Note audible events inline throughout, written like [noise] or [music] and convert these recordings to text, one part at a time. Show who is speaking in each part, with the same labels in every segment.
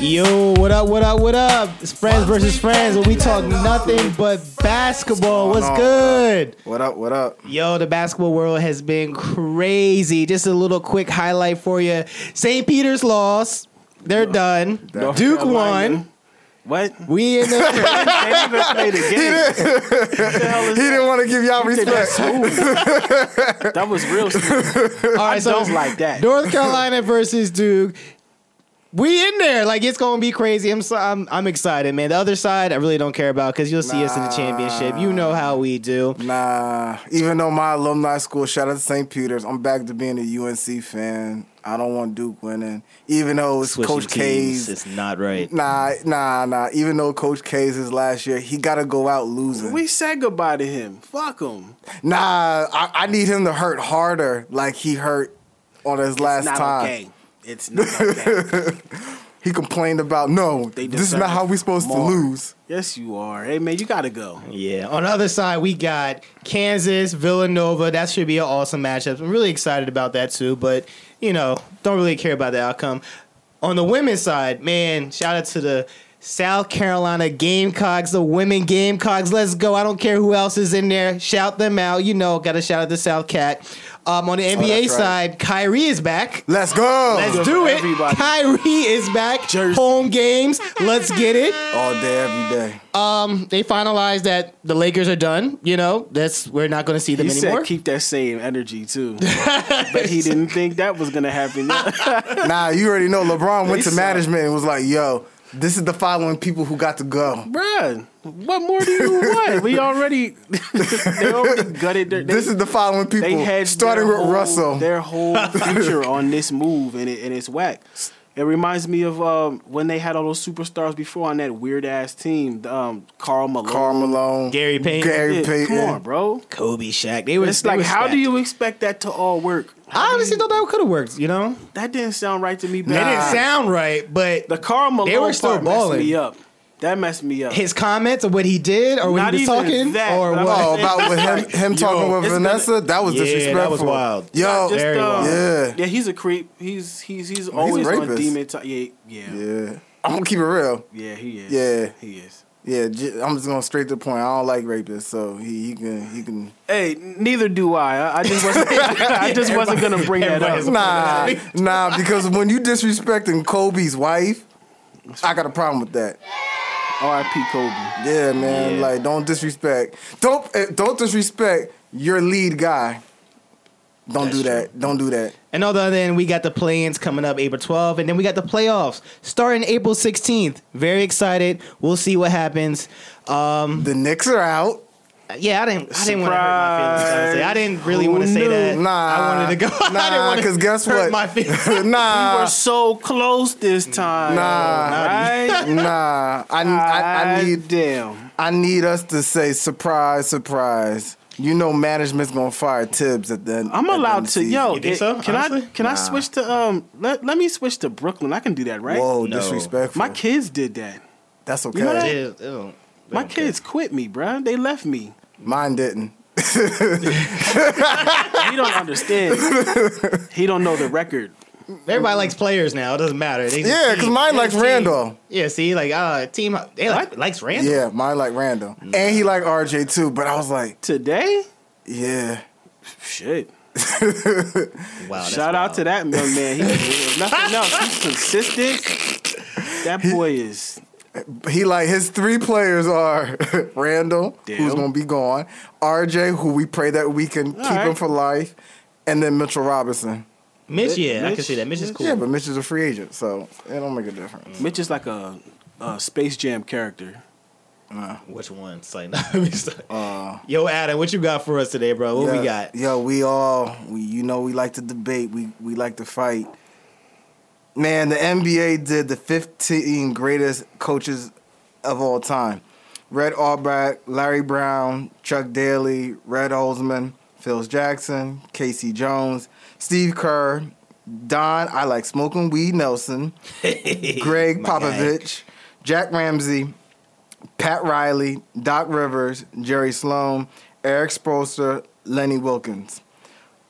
Speaker 1: Yo, what up, what up, what up? It's Friends versus Friends, and we talk nothing but basketball. What's
Speaker 2: on,
Speaker 1: good?
Speaker 2: What up? What up?
Speaker 1: Yo, the basketball world has been crazy. Just a little quick highlight for you. St. Peter's lost. They're done.
Speaker 2: North
Speaker 1: Duke
Speaker 2: Carolina.
Speaker 1: won.
Speaker 3: What?
Speaker 1: We in the
Speaker 3: They even played the game.
Speaker 2: He didn't want to give y'all respect.
Speaker 3: That was real. stupid.
Speaker 1: all right, so
Speaker 3: Don't like that.
Speaker 1: North Carolina versus Duke. We in there. Like it's gonna be crazy. I'm so, I'm, I'm excited, man. The other side I really don't care about because you'll see us in the championship. You know how we do.
Speaker 2: Nah, even though my alumni school, shout out to St. Peter's, I'm back to being a UNC fan. I don't want Duke winning, even though it's
Speaker 1: Switching
Speaker 2: Coach
Speaker 1: teams
Speaker 2: K's.
Speaker 1: is not right.
Speaker 2: Nah, nah, nah. Even though Coach K's is last year, he got to go out losing.
Speaker 3: we said goodbye to him. Fuck him.
Speaker 2: nah, I, I need him to hurt harder, like he hurt on his last
Speaker 3: Not
Speaker 2: time.
Speaker 3: okay. It's not
Speaker 2: [laughs]
Speaker 3: okay.
Speaker 2: He complained about no,
Speaker 3: They
Speaker 2: this is
Speaker 3: deserve
Speaker 2: not how we supposed
Speaker 3: more.
Speaker 2: to lose.
Speaker 3: yes, you are. Hey man, you gotta go.
Speaker 1: Yeah. On the other side, we got Kansas, Villanova. That should be an awesome matchup. I'm really excited about that too, but you know, don't really care about the outcome. On the women's side, man, shout out to the South Carolina Gamecocks, the women Gamecocks. Let's go. I don't care who else is in there. Shout them out. You know, got to shout out the South Cat. Um, on the NBA
Speaker 2: Oh, that's right.
Speaker 1: side, Kyrie is back.
Speaker 2: Let's go.
Speaker 1: Let's
Speaker 3: Good
Speaker 1: do
Speaker 3: for
Speaker 1: it.
Speaker 3: everybody.
Speaker 1: Kyrie is back.
Speaker 3: Jersey.
Speaker 1: Home games. Let's get it
Speaker 2: All day, every day.
Speaker 1: they finalized that the Lakers are done. You know, that's we're not going to see them
Speaker 3: He
Speaker 1: anymore.
Speaker 3: said keep that same energy [laughs] too. but he didn't think that was gonna [laughs] happen.
Speaker 2: Nah, you already know LeBron went to
Speaker 3: suck.
Speaker 2: management and was like, yo, this is the following people who got to go.
Speaker 3: Bruh, what more do you want? We already [laughs] they already gutted their they,
Speaker 2: this is the following people.
Speaker 3: they had
Speaker 2: starting
Speaker 3: their
Speaker 2: with
Speaker 3: whole-
Speaker 2: Russell. [laughs]
Speaker 3: Their whole future on this move and it and it's whack. It reminds me of um, when they had all those superstars before on that weird ass team. Um, Carl Malone.
Speaker 2: Karl Malone.
Speaker 1: Gary Payton.
Speaker 2: Gary
Speaker 3: Yeah,
Speaker 2: Payton.
Speaker 3: Come on, bro.
Speaker 1: Kobe, Shaq, they were.
Speaker 3: It's
Speaker 1: they
Speaker 3: like,
Speaker 1: were
Speaker 3: how do
Speaker 1: stacked.
Speaker 3: you expect that to all work?
Speaker 1: I honestly thought that could have worked. You know,
Speaker 3: That didn't sound right to me.
Speaker 1: it
Speaker 3: But
Speaker 1: didn't
Speaker 2: Nah.
Speaker 1: sound right, but
Speaker 3: the Carl Malone
Speaker 1: They were still
Speaker 3: part messed
Speaker 1: balling.
Speaker 3: me up. That messed me up.
Speaker 1: his comments of what he did or what
Speaker 3: Not
Speaker 1: he was
Speaker 3: even
Speaker 1: talking
Speaker 3: that,
Speaker 1: or
Speaker 3: but I'm
Speaker 1: what.
Speaker 3: [laughs]
Speaker 2: Oh, about with him, him talking with
Speaker 3: it's gonna-
Speaker 2: Vanessa? that
Speaker 1: Yeah,
Speaker 2: was
Speaker 1: that was
Speaker 2: disrespectful.
Speaker 1: wild.
Speaker 2: Yo,
Speaker 3: Just,
Speaker 1: Very
Speaker 3: uh,
Speaker 1: wild.
Speaker 2: Yeah.
Speaker 3: yeah, he's a creep. He's he's he's always on
Speaker 2: rapist.
Speaker 3: demon time. Yeah, yeah, yeah,
Speaker 2: yeah. I'm going to keep it real.
Speaker 3: he is.
Speaker 2: Yeah.
Speaker 3: he is.
Speaker 2: Yeah, j- I'm just going straight to the point. I don't like rapists, so he, he can. he can.
Speaker 3: Hey, neither do I. I, I
Speaker 2: [laughs]
Speaker 3: just wasn't. I just wasn't gonna bring that
Speaker 1: everybody's
Speaker 3: up.
Speaker 2: Nah, nah, because when you disrespecting Kobe's wife, I got a problem with that.
Speaker 3: R.I.P. Kobe.
Speaker 2: Yeah, man.
Speaker 1: Yeah.
Speaker 2: Like, don't disrespect. Don't eh, don't disrespect your lead guy. Don't
Speaker 1: That's
Speaker 2: do that. Don't do that.
Speaker 1: And on the other end, we got the play-ins coming up April 12th, and then we got the playoffs starting April 16th. Very excited. We'll see what happens. Um,
Speaker 2: The Knicks are out.
Speaker 1: yeah, I didn't. I didn't want to hurt my feelings. Honestly. I didn't really
Speaker 3: Who
Speaker 1: want to say
Speaker 3: knew?
Speaker 1: that.
Speaker 2: Nah.
Speaker 1: I wanted to go. [laughs] I didn't
Speaker 2: Nah,
Speaker 1: want to
Speaker 2: 'cause guess
Speaker 1: hurt
Speaker 2: what? [laughs]
Speaker 1: My feelings.
Speaker 3: We were
Speaker 2: nah,
Speaker 3: so close this time.
Speaker 2: Nah.
Speaker 3: right?
Speaker 2: nah. [laughs] I, I, I need
Speaker 3: damn.
Speaker 2: I need us to say surprise, surprise. You know management's gonna fire Tibbs at the.
Speaker 3: I'm allowed to. Yo,
Speaker 1: You think
Speaker 3: it-
Speaker 1: so?
Speaker 3: Can
Speaker 1: Honestly?
Speaker 3: I can I switch to um? Let let me switch to Brooklyn. I can do that, right?
Speaker 2: Whoa,
Speaker 1: No.
Speaker 2: disrespectful.
Speaker 3: My kids did that.
Speaker 2: That's okay.
Speaker 3: You know that?
Speaker 1: Ew, ew.
Speaker 3: My kids quit me, bruh. They left me.
Speaker 2: Mine didn't. [laughs]
Speaker 3: He don't understand. he don't know the record.
Speaker 1: Everybody likes players now. It doesn't matter. They just
Speaker 2: Yeah,
Speaker 1: team.
Speaker 2: 'cause mine
Speaker 1: They're
Speaker 2: likes
Speaker 1: a team.
Speaker 2: Randall.
Speaker 1: Yeah, see, like uh, team. They like, likes Randall.
Speaker 2: Yeah, mine like Randall, and he like RJ too. But I was like,
Speaker 3: Today,
Speaker 2: yeah,
Speaker 3: shit.
Speaker 1: Wow. Oh, that's
Speaker 3: Shout
Speaker 1: wild.
Speaker 3: out to that young man.
Speaker 1: [laughs]
Speaker 3: He, if nothing else. He's consistent. That boy is.
Speaker 2: He like his three players are [laughs] Randall, who's
Speaker 3: Damn.
Speaker 2: gonna be gone, RJ, who we pray that we can keep him
Speaker 3: right.
Speaker 2: for life, and then Mitchell Robinson.
Speaker 1: Mitch. Yeah, I can
Speaker 3: Mitch-
Speaker 1: see that. Mitch is cool.
Speaker 2: Yeah, but Mitchell's a free agent, so it don't make a difference.
Speaker 3: Mitch is like a, a Space Jam character.
Speaker 1: Which one? It's like, [laughs] it's like- yo, Adam, what you got for us today, bro? What
Speaker 2: Uh, yeah,
Speaker 1: we got?
Speaker 2: Yo, we all we you know we like to debate, we we like to fight. Man, the NBA did the 15 greatest coaches of all time. Red Albright, Larry Brown, Chuck Daly, Red Olsman, Phil Jackson, Casey Jones, Steve Kerr, Don, I like smoking weed Nelson, Greg
Speaker 1: My guy.
Speaker 2: Popovich, Jack Ramsey, Pat Riley, Doc Rivers, Jerry Sloan, Eric Spoelstra, Lenny Wilkins.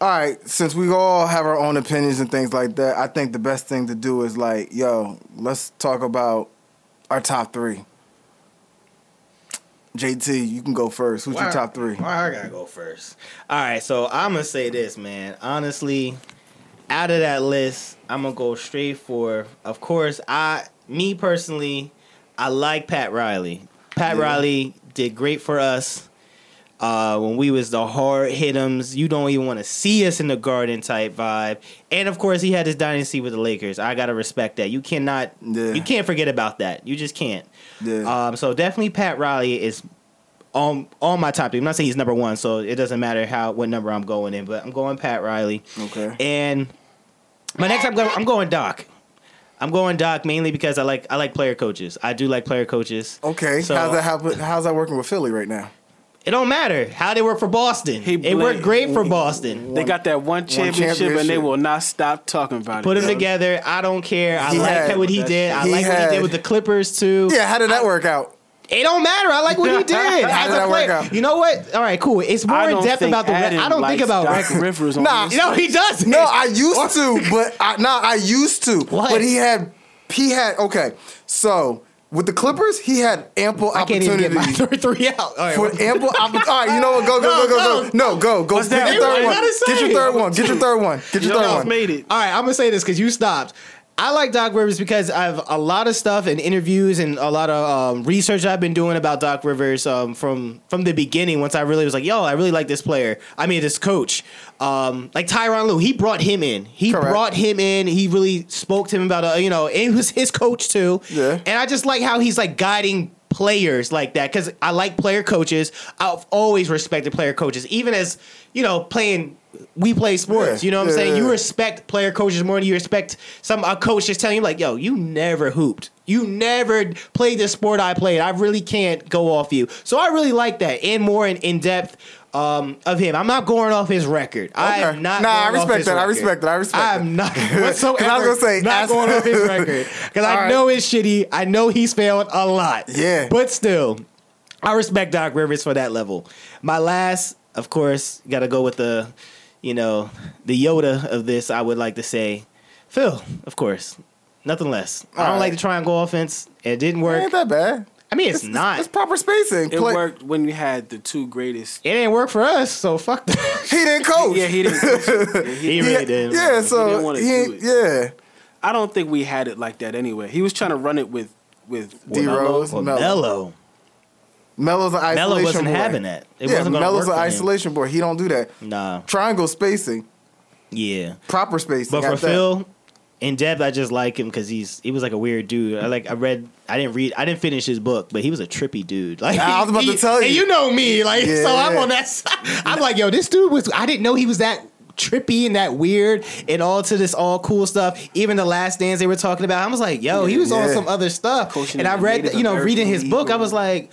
Speaker 2: all right, since we all have our own opinions and things like that, I think the best thing to do is like, yo, let's talk about our top three. JT, you can go first. Who's
Speaker 1: Why-
Speaker 2: your top three?
Speaker 1: Why I gotta go first? All right, so I'm gonna say this, man. Honestly, out of that list, I'm gonna go straight for. Of course, I, me personally, I like Pat Riley. Pat
Speaker 2: Yeah.
Speaker 1: Riley did great for us. Uh, when we was the hard hit'ems, you don't even want to see us in the garden type vibe. And of course, he had his dynasty with the Lakers. I gotta respect that. You cannot,
Speaker 2: Yeah.
Speaker 1: you can't forget about that. You just can't.
Speaker 2: Yeah.
Speaker 1: Um, so definitely Pat Riley is on on my top. three. I'm not saying he's number one, so it doesn't matter how what number I'm going in, but I'm going Pat Riley.
Speaker 2: okay.
Speaker 1: Uh, And my next I'm going I'm going Doc. I'm going Doc mainly because I like I like player coaches. I do like player coaches.
Speaker 2: Okay.
Speaker 1: So-
Speaker 2: how's that happen? How's that working with Philly right now?
Speaker 1: It don't matter how they work for Boston.
Speaker 3: He
Speaker 1: it worked
Speaker 3: blamed-
Speaker 1: great for Boston.
Speaker 3: They got that one championship, and they
Speaker 2: championship.
Speaker 3: will not stop talking about
Speaker 1: Put
Speaker 3: it.
Speaker 1: them together. I don't care. I
Speaker 2: He
Speaker 1: like
Speaker 2: had-
Speaker 1: what he did. I
Speaker 2: he
Speaker 1: like what
Speaker 2: had-
Speaker 1: he did with the Clippers too.
Speaker 2: Yeah. How did that work out?
Speaker 1: It don't matter. I like what
Speaker 2: [laughs]
Speaker 1: he did.
Speaker 2: How
Speaker 1: As
Speaker 2: did
Speaker 1: a
Speaker 2: that work
Speaker 1: player.
Speaker 2: out?
Speaker 1: You know what? All right, cool. It's more
Speaker 3: I
Speaker 1: in
Speaker 3: don't
Speaker 1: depth
Speaker 3: think
Speaker 1: about the. Re-
Speaker 3: Adam
Speaker 1: I don't think
Speaker 3: likes
Speaker 1: about
Speaker 3: Doc
Speaker 1: record.
Speaker 3: Rivers. On
Speaker 2: Nah,
Speaker 3: this.
Speaker 1: No, he doesn't.
Speaker 2: No, I used to, but I nah, I used to.
Speaker 1: What?
Speaker 2: But he had he had okay. So with the Clippers, he had ample
Speaker 1: I can't even get
Speaker 2: opportunity.
Speaker 1: my number three out. All right,
Speaker 2: For
Speaker 1: what-
Speaker 2: ample opportunity. All right, you know what? Go, go,
Speaker 1: No,
Speaker 2: go, go, go. No, go, go.
Speaker 3: What's
Speaker 2: Pick
Speaker 3: that?
Speaker 2: your third
Speaker 3: You
Speaker 2: one.
Speaker 1: gotta
Speaker 2: Get your
Speaker 1: say.
Speaker 2: third one. Get your third one. Get your
Speaker 3: Y'all
Speaker 2: third one.
Speaker 3: made it.
Speaker 1: All right, I'm gonna say this because you stopped. I like Doc Rivers because I've a lot of stuff and interviews and a lot of um, research I've been doing about Doc Rivers um, from from the beginning. Once I really was like, "Yo, I really like this player." I mean, this coach, um, like Tyron Lue, he brought him in. He
Speaker 2: Correct.
Speaker 1: brought him in. He really spoke to him about, a, you know, it was his coach too.
Speaker 2: Yeah.
Speaker 1: And I just like how he's like guiding players like that because I like player coaches. I've always respected player coaches, even as you know, playing. We play sports.
Speaker 2: Yeah.
Speaker 1: You know what I'm
Speaker 2: Yeah,
Speaker 1: saying?
Speaker 2: yeah,
Speaker 1: You
Speaker 2: yeah.
Speaker 1: were respect player coaches more than you respect some a coach just telling you like, yo, you never hooped. You never played the sport I played. I really can't go off you. So I really like that and more in, in depth um, of him. I'm not going off his record. I
Speaker 2: Okay.
Speaker 1: am not.
Speaker 2: Nah, I
Speaker 1: going off
Speaker 2: respect
Speaker 1: his
Speaker 2: that. I
Speaker 1: record.
Speaker 2: respect that. I respect
Speaker 1: I'm
Speaker 2: [laughs]
Speaker 1: not whatsoever.
Speaker 2: 'Cause I was gonna say,
Speaker 1: not
Speaker 2: ask-
Speaker 1: going
Speaker 2: [laughs]
Speaker 1: off his record because I
Speaker 2: All right.
Speaker 1: know it's shitty. I know he's failed a lot.
Speaker 2: Yeah.
Speaker 1: but still, I respect Doc Rivers for that level. My last, of course, got to go with the, you know, the Yoda of this. I would like to say, Phil, of course, nothing less. I don't
Speaker 2: All
Speaker 1: like
Speaker 2: right.
Speaker 1: the triangle offense. It didn't
Speaker 2: It
Speaker 1: work.
Speaker 2: ain't that bad.
Speaker 1: I mean, it's, not.
Speaker 2: It's proper spacing.
Speaker 3: It
Speaker 2: Play-
Speaker 3: worked when you had the two greatest.
Speaker 1: it didn't work for us, so fuck
Speaker 2: [laughs]
Speaker 1: that.
Speaker 2: He didn't coach.
Speaker 3: Yeah, he didn't. yeah, he
Speaker 1: he
Speaker 3: didn't-
Speaker 1: really
Speaker 2: yeah,
Speaker 1: did.
Speaker 2: yeah,
Speaker 3: didn't
Speaker 2: so
Speaker 3: wanna
Speaker 2: he
Speaker 3: do
Speaker 2: ain't,
Speaker 3: it.
Speaker 2: yeah.
Speaker 3: I don't think we had it like that anyway. He was trying to run it with with
Speaker 2: D Rose,
Speaker 1: Or
Speaker 2: Melo.
Speaker 1: Mello.
Speaker 2: Melo's an isolation
Speaker 1: Mello wasn't
Speaker 2: boy.
Speaker 1: having that. It
Speaker 2: yeah,
Speaker 1: wasn't gonna
Speaker 2: Melo's
Speaker 1: work
Speaker 2: an
Speaker 1: for him.
Speaker 2: isolation boy. He don't do that.
Speaker 1: Nah.
Speaker 2: Triangle spacing,
Speaker 1: Yeah.
Speaker 2: proper spacing.
Speaker 1: But for
Speaker 2: at that.
Speaker 1: Phil, in depth, I just like him because he's he was like a weird dude. I like I read, I didn't read, I didn't finish his book, but he was a trippy dude. [laughs] Like
Speaker 2: I was about to
Speaker 1: he-
Speaker 2: tell
Speaker 1: and
Speaker 2: you.
Speaker 1: you know me, like
Speaker 2: Yeah,
Speaker 1: so I'm
Speaker 2: yeah.
Speaker 1: on that side. I'm like, yo, this dude was. I didn't know he was that trippy and that weird and all to this all cool stuff. Even the last dance they were talking about, I was like, yo, he was on
Speaker 2: Yeah.
Speaker 1: some other stuff.
Speaker 3: Coaching
Speaker 1: and I
Speaker 3: the
Speaker 1: read,
Speaker 3: Native
Speaker 1: you know,
Speaker 3: American
Speaker 1: reading his
Speaker 3: League
Speaker 1: book, I
Speaker 3: or-
Speaker 1: was like.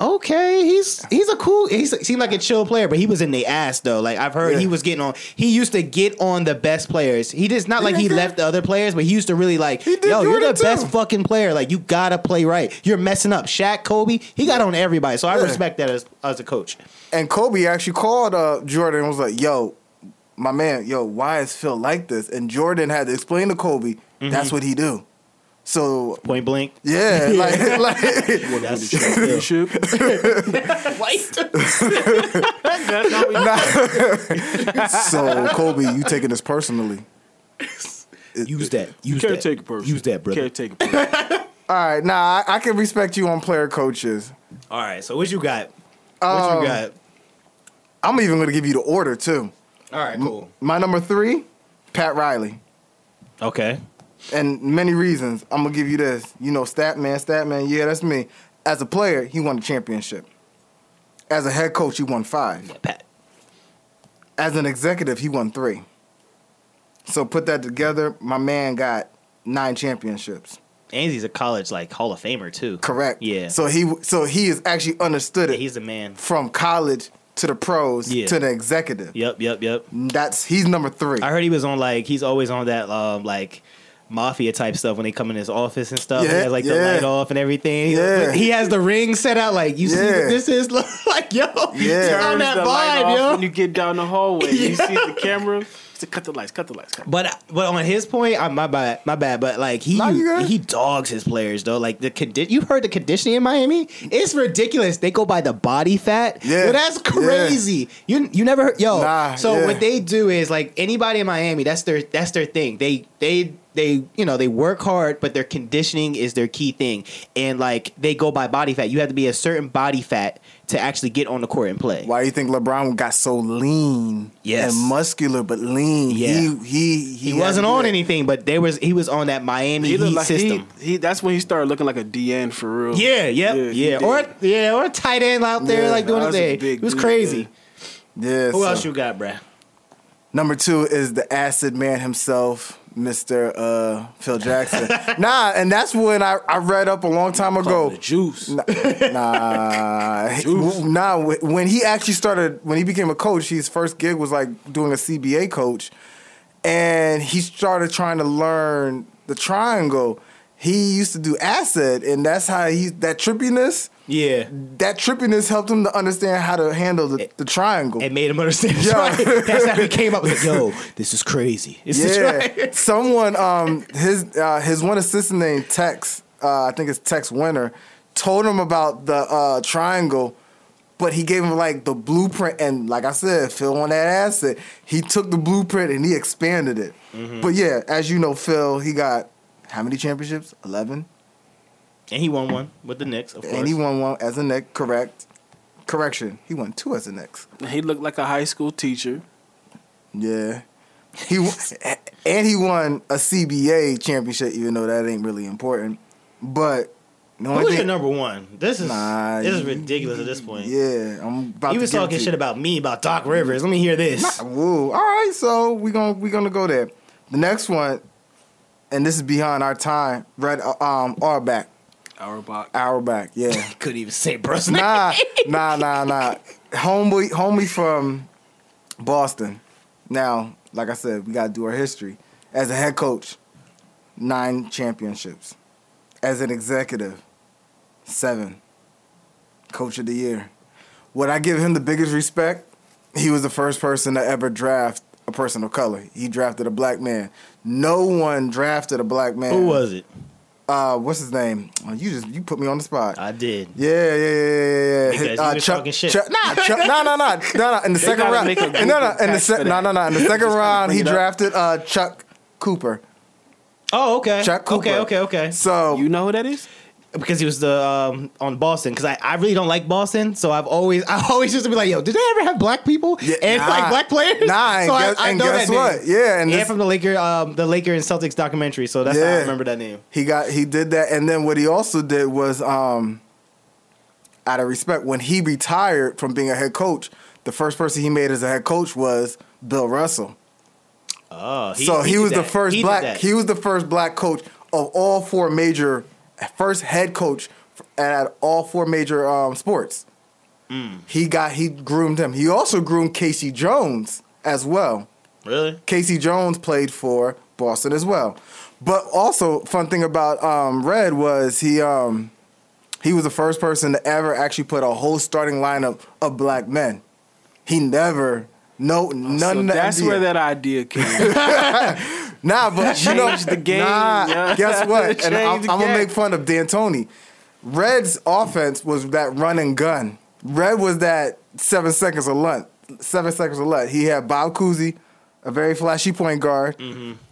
Speaker 1: Okay, he's he's a cool. He seemed like a chill player, but he was in the ass though. Like I've heard,
Speaker 2: Yeah.
Speaker 1: he was getting on. He used to get on the best players. He does not like he
Speaker 2: did.
Speaker 1: left the other players, but he used to really like,
Speaker 2: He did
Speaker 1: yo, you're
Speaker 2: Jordan,
Speaker 1: the best
Speaker 2: too.
Speaker 1: fucking player. Like you gotta play right. You're messing up. Shaq, Kobe, he got on everybody. So I
Speaker 2: Yeah.
Speaker 1: respect that as as a coach.
Speaker 2: And Kobe actually called uh, Jordan and was like, yo, my man, yo, why is Phil like this? And Jordan had to explain to Kobe,
Speaker 1: Mm-hmm.
Speaker 2: that's what he do. So,
Speaker 1: Point blank.
Speaker 2: [laughs] yeah, like, like
Speaker 1: That's [laughs]
Speaker 3: Shoot.
Speaker 2: [laughs] [laughs] so Kobe, you taking this personally.
Speaker 1: Use that. Use
Speaker 3: Caretaker
Speaker 1: that.
Speaker 3: person.
Speaker 1: Use that, brother.
Speaker 3: Caretaker person.
Speaker 2: All right, nah, I, I can respect you on player coaches.
Speaker 1: All right. So what you got? What
Speaker 2: Um,
Speaker 1: you got?
Speaker 2: I'm even going to give you the order, too.
Speaker 1: All right. Cool.
Speaker 2: My number three, Pat Riley.
Speaker 1: Okay.
Speaker 2: and many reasons. I'm gonna give you this. You know, stat man, stat man. Yeah, that's me. As a player, he won a championship. As a head coach, he won five.
Speaker 1: Pat.
Speaker 2: As an executive, he won three. So put that together, my man got nine championships.
Speaker 1: And he's a college like Hall of Famer too.
Speaker 2: Correct.
Speaker 1: Yeah.
Speaker 2: So he so he is actually understood
Speaker 1: Yeah,
Speaker 2: it
Speaker 1: he's a man.
Speaker 2: from college to the pros
Speaker 1: Yeah.
Speaker 2: to the executive.
Speaker 1: Yep. Yep. Yep.
Speaker 2: That's he's number three.
Speaker 1: I heard he was on like he's always on that um like mafia type stuff when they come in his office and stuff. he
Speaker 2: Yeah,
Speaker 1: has like the
Speaker 2: yeah.
Speaker 1: light off and everything. He-
Speaker 2: Yeah.
Speaker 1: He has the ring set out like you see
Speaker 2: Yeah.
Speaker 1: what this is [laughs] like yo.
Speaker 2: Yeah.
Speaker 1: Turn on
Speaker 3: Turns
Speaker 1: that
Speaker 3: the light
Speaker 1: vibe,
Speaker 3: off
Speaker 1: yo.
Speaker 3: When you get down the hallway,
Speaker 1: [laughs]
Speaker 3: you see the camera. It's a cut the lights, cut the lights. Cut.
Speaker 1: But but on his point, I, my bad, my bad. But like he
Speaker 2: No, you good.
Speaker 1: he dogs his players though. Like the condi- you heard the conditioning in Miami, it's ridiculous. They go by the body fat.
Speaker 2: Yeah.
Speaker 1: Yo, that's crazy. You you never heard yo.
Speaker 2: Nah,
Speaker 1: so
Speaker 2: yeah.
Speaker 1: what they do is like anybody in Miami, that's their that's their thing. They they they you know they work hard, but their conditioning is their key thing. And like they go by body fat. You have to be a certain body fat to actually get on the court and play.
Speaker 2: Why do you think LeBron got so lean
Speaker 1: Yes.
Speaker 2: and muscular, but lean?
Speaker 1: Yeah.
Speaker 2: He he
Speaker 1: He
Speaker 2: had
Speaker 1: wasn't
Speaker 2: to do
Speaker 1: on
Speaker 2: that.
Speaker 1: anything, but there was he was on that Miami Heat
Speaker 3: looked like
Speaker 1: system.
Speaker 3: He, he, that's when he started looking like a DN for
Speaker 2: Oh,
Speaker 3: real.
Speaker 1: Yeah, yep, yeah,
Speaker 3: he did.
Speaker 1: or yeah, or a tight end out there
Speaker 2: Yeah,
Speaker 1: like doing
Speaker 3: that
Speaker 1: his
Speaker 3: was a
Speaker 1: thing.
Speaker 3: big
Speaker 1: It was
Speaker 3: dude,
Speaker 1: crazy.
Speaker 3: yeah.
Speaker 2: Yeah.
Speaker 1: Who
Speaker 2: so-
Speaker 1: else you got, bruh?
Speaker 2: Number two is the acid man himself, Mr. Uh, Phil
Speaker 3: [laughs]
Speaker 2: Jackson. nah, and that's when I, I read up a long time ago.
Speaker 3: the juice.
Speaker 2: Nah, nah, He- nah. wh- When he actually started, when he became a coach, his first gig was like doing a CBA coach, and he started trying to learn the triangle. He used to do acid, and that's how he that trippiness.
Speaker 1: Yeah,
Speaker 2: That trippiness helped him to understand how to handle the, the triangle.
Speaker 1: it made him understand. That's
Speaker 2: Yo.
Speaker 1: right. [laughs] That's how he came up with. it.
Speaker 2: [laughs]
Speaker 1: Yo, this is crazy. [laughs] This is
Speaker 2: Yeah,
Speaker 1: right.
Speaker 2: someone, um, his uh, his one assistant named Tex, uh, I think it's Tex Winter, told him about the uh, triangle, but he gave him like the blueprint, and like I said, Phil on that acid, he took the blueprint and he expanded it. But yeah, as you know, Phil, he got how many championships? Eleven,
Speaker 1: And he won one with the Knicks, of course.
Speaker 2: and he won one as a Knick. Correct. Correction, he won two as a Knicks.
Speaker 3: He looked like a high school teacher.
Speaker 2: Yeah. He w- and he won a CBA championship, even though that ain't really important. But no
Speaker 1: Who's
Speaker 2: one
Speaker 1: your number one? This is
Speaker 2: Nah,
Speaker 1: this is
Speaker 2: you-
Speaker 1: ridiculous at this point.
Speaker 2: Yeah, I'm about.
Speaker 1: he
Speaker 2: to
Speaker 1: was
Speaker 2: give it
Speaker 1: talking
Speaker 2: to
Speaker 1: shit
Speaker 2: you.
Speaker 1: about me about Doc Rivers. Let me hear this. [laughs]
Speaker 2: Woo! All right, so we gonna we gonna go there. The next one, and this is beyond our time. Red um our back,
Speaker 3: Auerbach.
Speaker 2: our back. Yeah.
Speaker 1: Couldn't even say Bruce.
Speaker 2: nah, nah, nah, nah. Homeboy, homie from Boston. Now, like I said, we gotta do our history. As a head coach, nine championships. As an executive, seven. Coach of the year. Would I give him the biggest respect? He was the first person to ever draft a person of color. He drafted a black man. No one drafted a black man.
Speaker 1: Who was it?
Speaker 2: Uh, what's his name? Oh, you just you put me on the spot.
Speaker 1: I did.
Speaker 2: Yeah, yeah, yeah, yeah, yeah.
Speaker 1: Because
Speaker 2: His- uh,
Speaker 1: you was talking shit.
Speaker 2: Chuck, nah, Chuck, nah, nah, nah, nah, nah. In the
Speaker 3: They
Speaker 2: second
Speaker 3: gotta
Speaker 2: round,
Speaker 3: make a
Speaker 2: no, no, in
Speaker 3: Google
Speaker 2: the
Speaker 3: patch for
Speaker 2: se- no,
Speaker 3: that.
Speaker 2: no,
Speaker 3: [laughs]
Speaker 2: no. In the second
Speaker 3: gonna
Speaker 2: round,
Speaker 3: bring
Speaker 2: he
Speaker 3: it up.
Speaker 2: drafted uh, Chuck Cooper.
Speaker 1: Oh, okay.
Speaker 2: Chuck
Speaker 1: okay,
Speaker 2: Cooper.
Speaker 1: okay, okay.
Speaker 2: So
Speaker 3: You know who that is?
Speaker 1: because he was the um, on Boston. Because I, I really don't like Boston, so I've always [laughs] I always used to be like, yo, did they ever have black people
Speaker 2: Yeah,
Speaker 1: and
Speaker 2: nah.
Speaker 1: like black players?
Speaker 2: Nah,
Speaker 1: [laughs]
Speaker 2: and
Speaker 1: so
Speaker 2: guess- and guess what?
Speaker 1: name.
Speaker 2: Yeah,
Speaker 1: and
Speaker 2: and this-
Speaker 1: from the Laker um, the Laker and Celtics documentary. So that's how I
Speaker 2: Yeah.
Speaker 1: remember that name.
Speaker 2: he got he did that, and then what he also did was, um, out of respect, when he retired from being a head coach, the first person he made as a head coach was Bill Russell.
Speaker 1: Oh,
Speaker 2: so he,
Speaker 1: did
Speaker 2: was the
Speaker 1: that.
Speaker 2: first
Speaker 1: He did
Speaker 2: black.
Speaker 1: that.
Speaker 2: He was the first black coach of all four major, first head coach at all four major um, sports.
Speaker 1: Mm.
Speaker 2: He got he groomed him. He also groomed Casey Jones as well.
Speaker 1: really
Speaker 2: Casey Jones played for Boston as well. But also, fun thing about um, Red was he um, he was the first person to ever actually put a whole starting lineup of black men. He never.
Speaker 1: Oh,
Speaker 2: No, none.
Speaker 3: so
Speaker 2: of the
Speaker 3: that's
Speaker 2: NBA.
Speaker 3: where that idea came. from.
Speaker 2: Nah, but you know,
Speaker 3: Change the game,
Speaker 2: Nah,
Speaker 3: yeah.
Speaker 2: guess what? And I'm,
Speaker 3: Change the
Speaker 2: I'm gonna
Speaker 3: game.
Speaker 2: make fun of D'Antoni. Red's offense was that run and gun. Red was that seven seconds of lunch. Seven seconds of lunch. He had Bob Cousy, a very flashy point guard,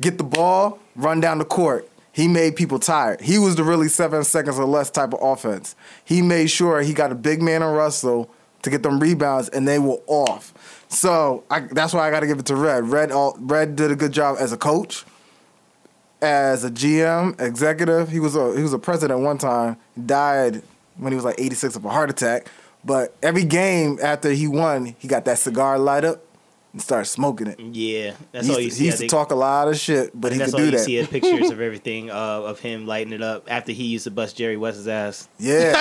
Speaker 2: get the ball, run down the court. He made people tired. He was the really seven seconds or less type of offense. He made sure he got a big man on Russell to get them rebounds, and they were off. So I, that's why I got to give it to Red. Red, all, Red did a good job as a coach as a GM executive. He was a he was a president one time. Died when he was like 86 of a heart attack. But every game after he won, he got that cigar light up and started smoking it.
Speaker 1: yeah. That's
Speaker 2: he
Speaker 1: all you
Speaker 2: used,
Speaker 1: see. I
Speaker 2: he used to
Speaker 1: think.
Speaker 2: talk a lot of shit, but he
Speaker 1: that's all
Speaker 2: could do
Speaker 1: you
Speaker 2: that.
Speaker 1: see
Speaker 2: [laughs]
Speaker 1: is pictures of everything uh, of him lighting it up after he used to bust Jerry West's ass.
Speaker 2: Yeah.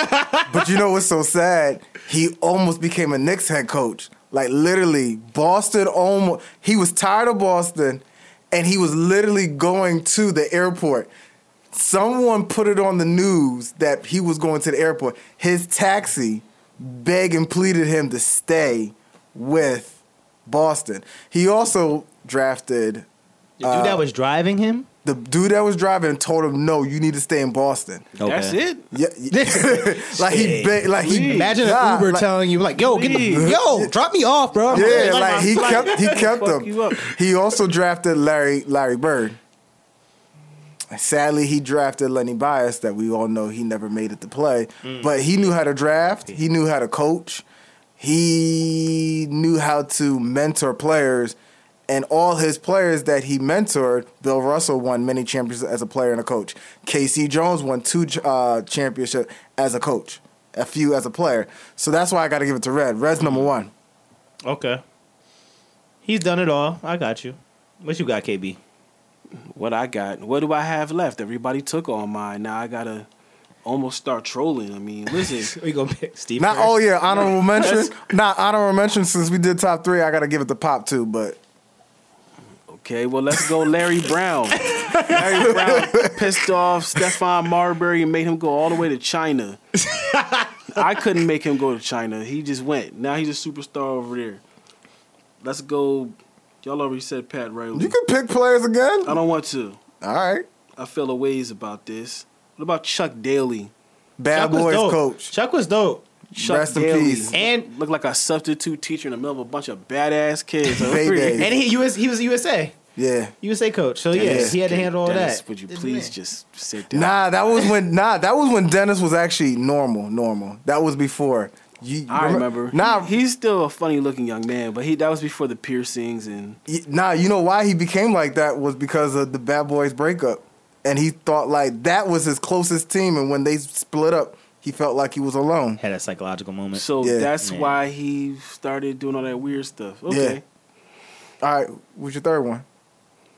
Speaker 2: but you know what's so sad? He almost became a Knicks head coach. Like literally, Boston almost he was tired of Boston and he was literally going to the airport. Someone put it on the news that he was going to the airport. His taxi begged and pleaded him to stay with Boston. He also drafted
Speaker 1: The dude
Speaker 2: Uh,
Speaker 1: that was driving him.
Speaker 2: the dude that was driving told him, "No, you need to stay in Boston."
Speaker 3: That's it.
Speaker 2: Yeah,
Speaker 1: [laughs]
Speaker 2: yeah. [laughs] like he, be- like he,
Speaker 1: Imagine
Speaker 2: nah,
Speaker 1: an Uber
Speaker 2: like-
Speaker 1: telling you like, "Yo, get the
Speaker 3: Please.
Speaker 1: yo, drop me off, bro."
Speaker 2: Yeah,
Speaker 3: Like
Speaker 2: like
Speaker 3: my
Speaker 2: he
Speaker 3: flight.
Speaker 2: kept he kept
Speaker 3: Fuck you
Speaker 2: them.
Speaker 3: up.
Speaker 2: He also drafted Larry Larry Bird. Sadly, he drafted Lenny Bias that we all know he never made it to play. But he knew how to draft. He knew how to coach. He knew how to mentor players. And all his players that he mentored, Bill Russell won many championships as a player and a coach. KC Jones won two uh, championships as a coach, a few as a player. So that's why I got to give it to Red. Red's number one.
Speaker 1: Okay. He's done it all. I got you. What you got, KB?
Speaker 3: What I got? What do I have left? Everybody took all mine. Now I gotta almost start trolling. I mean, listen.
Speaker 1: [laughs] We gonna pick Steve.
Speaker 2: Not
Speaker 1: first?
Speaker 2: oh yeah, honorable mention. Not honorable mention since we did top three. I gotta give it to Pop too, but
Speaker 3: Okay, well let's go, Larry Brown. Larry Brown pissed off Stefan Marbury and made him go all the way to China. I couldn't make him go to China. He just went. Now he's a superstar over there. Let's go. Y'all already said Pat Riley.
Speaker 2: you can pick players again.
Speaker 3: I don't want to.
Speaker 2: All right,
Speaker 3: I feel a ways about this. What about Chuck Daly?
Speaker 2: bad
Speaker 1: was
Speaker 2: boys
Speaker 1: dope.
Speaker 2: coach.
Speaker 1: Chuck was dope.
Speaker 3: Chuck
Speaker 2: Rest in peace.
Speaker 1: And-
Speaker 3: look like a substitute teacher in the middle of a bunch of badass kids. [laughs]
Speaker 2: Baby.
Speaker 1: And he US, he was a USA
Speaker 2: Yeah,
Speaker 1: USA coach. So yeah,
Speaker 2: Dennis,
Speaker 1: he had to handle all
Speaker 3: Dennis,
Speaker 1: that.
Speaker 3: Would you
Speaker 1: This
Speaker 3: please
Speaker 1: man.
Speaker 3: just sit down?
Speaker 2: nah, that was when nah, that was when Dennis was actually normal, normal. That was before. You,
Speaker 3: I remember.
Speaker 2: Nah,
Speaker 3: He- he's still a funny looking young man, but he that was before the piercings and
Speaker 2: y- nah, you know why he became like that was because of the bad boys breakup, and he thought like that was his closest team, and when they split up, he felt like he was alone.
Speaker 1: had a psychological moment.
Speaker 3: so
Speaker 2: Yeah.
Speaker 3: that's
Speaker 1: Man.
Speaker 3: why he started doing all that weird stuff. Okay.
Speaker 2: All right, what's your third one?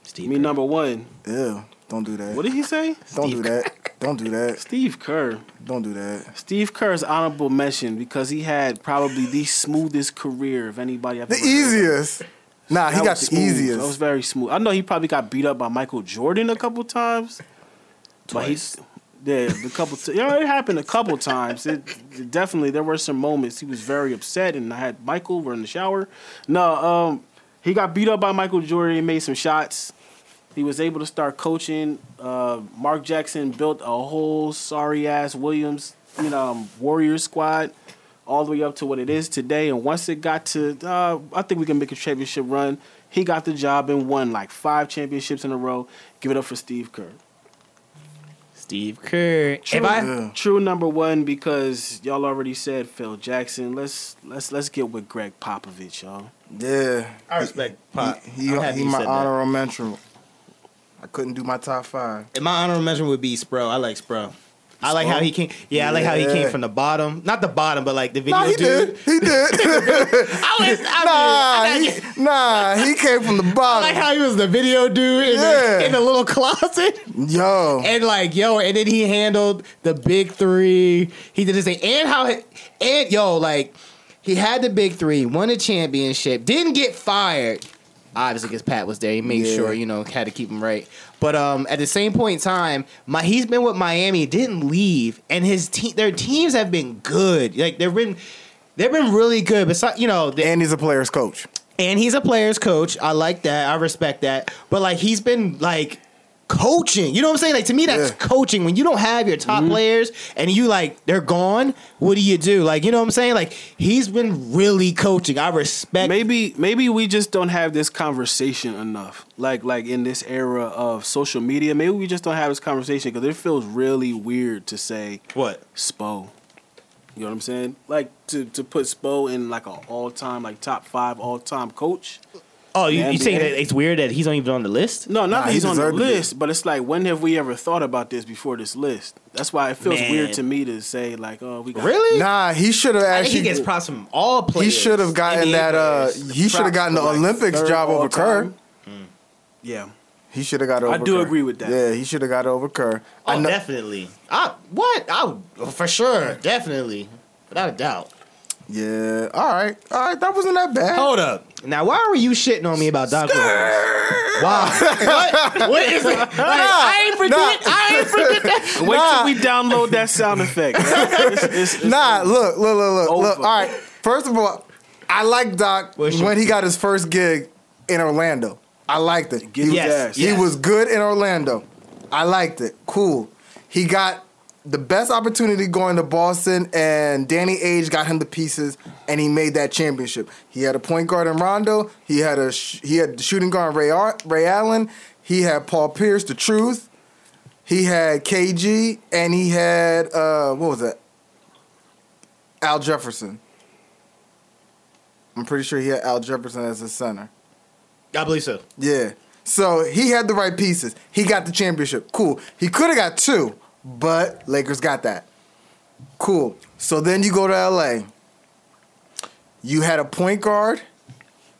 Speaker 1: Steve
Speaker 3: Me
Speaker 1: Kerr.
Speaker 3: number one.
Speaker 2: Ew, don't do that.
Speaker 3: What did he say?
Speaker 2: Don't
Speaker 1: Steve
Speaker 2: do that. Don't do that.
Speaker 3: Steve Kerr.
Speaker 2: Don't do that.
Speaker 3: Steve Kerr's honorable mention because he had probably the smoothest career of anybody I've
Speaker 2: The
Speaker 3: ever heard of.
Speaker 2: easiest. Nah, he
Speaker 3: That
Speaker 2: got
Speaker 3: was
Speaker 2: the
Speaker 3: smooth.
Speaker 2: easiest.
Speaker 3: That was very smooth. I know he probably got beat up by Michael Jordan a couple times.
Speaker 1: Twice.
Speaker 3: But he, yeah, a couple. T- you know, it happened a couple times. It, it definitely there were some moments he was very upset, and I had Michael. We're in the shower. No, um, he got beat up by Michael Jordan. He made some shots. He was able to start coaching. Uh, Mark Jackson built a whole sorry ass Williams, you know, um, Warriors squad, all the way up to what it is today. And once it got to, uh, I think we can make a championship run. He got the job and won like five championships in a row. Give it up for Steve Kerr.
Speaker 1: Steve Kerr.
Speaker 3: True,
Speaker 1: If I-
Speaker 2: Yeah.
Speaker 3: true number one because y'all already said Phil Jackson. Let's let's let's get with Greg Popovich, y'all.
Speaker 2: yeah.
Speaker 1: I respect Pop.
Speaker 2: He, he,
Speaker 1: I'm happy
Speaker 2: he
Speaker 1: you
Speaker 2: my
Speaker 1: said that.
Speaker 2: honorable mention. I couldn't do my top five.
Speaker 1: And my honorable mention would be Spro. I like Spro. I like how he came. Yeah, I like how he
Speaker 2: Yeah.
Speaker 1: came from the bottom. Not the bottom, but like the video
Speaker 2: Nah, he
Speaker 1: dude.
Speaker 2: did. He did.
Speaker 1: I was.
Speaker 2: nah,
Speaker 1: I mean, I like-
Speaker 2: he, nah, he came from the
Speaker 1: [laughs] I
Speaker 2: bottom.
Speaker 1: like how he was the video dude in,
Speaker 2: Yeah.
Speaker 1: the, in the little closet. [laughs]
Speaker 2: Yo.
Speaker 1: And like, yo, and then he handled the big three. He did his thing. And how and yo, like, he had the big three, won a championship, didn't get fired. Obviously, because Pat was there. He made
Speaker 2: Yeah.
Speaker 1: sure, you know, had to keep him right. But um at the same point in time, my he's been with Miami, didn't leave, and his team their teams have been good. Like they've been they've been really good. Besides, you know, the,
Speaker 2: and he's a player's coach.
Speaker 1: and he's a player's coach. I like that. I respect that. But like he's been like coaching. You know what I'm saying? Like to me that's
Speaker 2: Yeah.
Speaker 1: coaching. When you don't have your top players and you like they're gone, what do you do? Like you know what I'm saying? Like he's been really coaching. I respect
Speaker 3: Maybe maybe we just don't have this conversation enough. Like like in this era of social media, maybe we just don't have this conversation because it feels really weird to say
Speaker 1: what?
Speaker 3: Spo. You know what I'm saying? Like to to put Spo in like an all time like top five all time coach.
Speaker 1: Oh, you,
Speaker 3: The
Speaker 1: you saying
Speaker 3: NBA.
Speaker 1: that it's weird that he's not even on the list?
Speaker 3: No, not
Speaker 2: Nah,
Speaker 3: that
Speaker 2: he
Speaker 3: he's on the
Speaker 2: deserved to be.
Speaker 3: list, but it's like when have we ever thought about this before this list? That's why it feels
Speaker 1: Man.
Speaker 3: weird to me to say like, oh, we got
Speaker 1: Really?
Speaker 2: Nah, he should have
Speaker 1: I think
Speaker 2: actually.
Speaker 1: he gets props from all
Speaker 2: he
Speaker 1: players.
Speaker 2: should have gotten
Speaker 1: NBA
Speaker 2: that. Uh,
Speaker 1: players.
Speaker 2: he should have gotten the
Speaker 3: Like,
Speaker 2: Olympics
Speaker 3: third
Speaker 2: job
Speaker 3: all
Speaker 2: over Kerr.
Speaker 3: time. Yeah,
Speaker 2: He should have got over.
Speaker 3: I do
Speaker 2: Kerr.
Speaker 3: agree with that.
Speaker 2: Yeah, he should have got over Kerr.
Speaker 1: Oh, definitely. I what? I would- for sure. Definitely. Without a doubt.
Speaker 2: Yeah. All right. All right. That wasn't that bad.
Speaker 1: Hold up. Now, why were you shitting on me about Doc Rivers? Wow. what? What is
Speaker 2: [laughs]
Speaker 1: it? Like, I ain't forget. I ain't forget that.
Speaker 3: Wait
Speaker 2: Nah.
Speaker 3: till we download that sound effect.
Speaker 2: [laughs]
Speaker 3: It's- it's- it's-
Speaker 2: Nah, look, look, look, look, look.
Speaker 3: Over.
Speaker 2: All right. First of all, I like Doc
Speaker 1: What's your-
Speaker 2: when he got his first gig in Orlando. I liked it. He, was-
Speaker 1: Yes,
Speaker 3: ass.
Speaker 2: he
Speaker 1: yes.
Speaker 2: was good in Orlando. I liked it. Cool. He got the best opportunity going to Boston, and Danny Age got him the pieces, and he made that championship. He had a point guard in Rondo. He had a sh- he had the shooting guard in Ray Ar- Ray Allen. He had Paul Pierce, the truth. He had KG, and he had uh, what was that? Al Jefferson. I'm pretty sure he had Al Jefferson as his center.
Speaker 1: I believe so.
Speaker 2: Yeah. So he had the right pieces. He got the championship. Cool. He could have got two, but Lakers got that. Cool. So then you go to LA. You had a point guard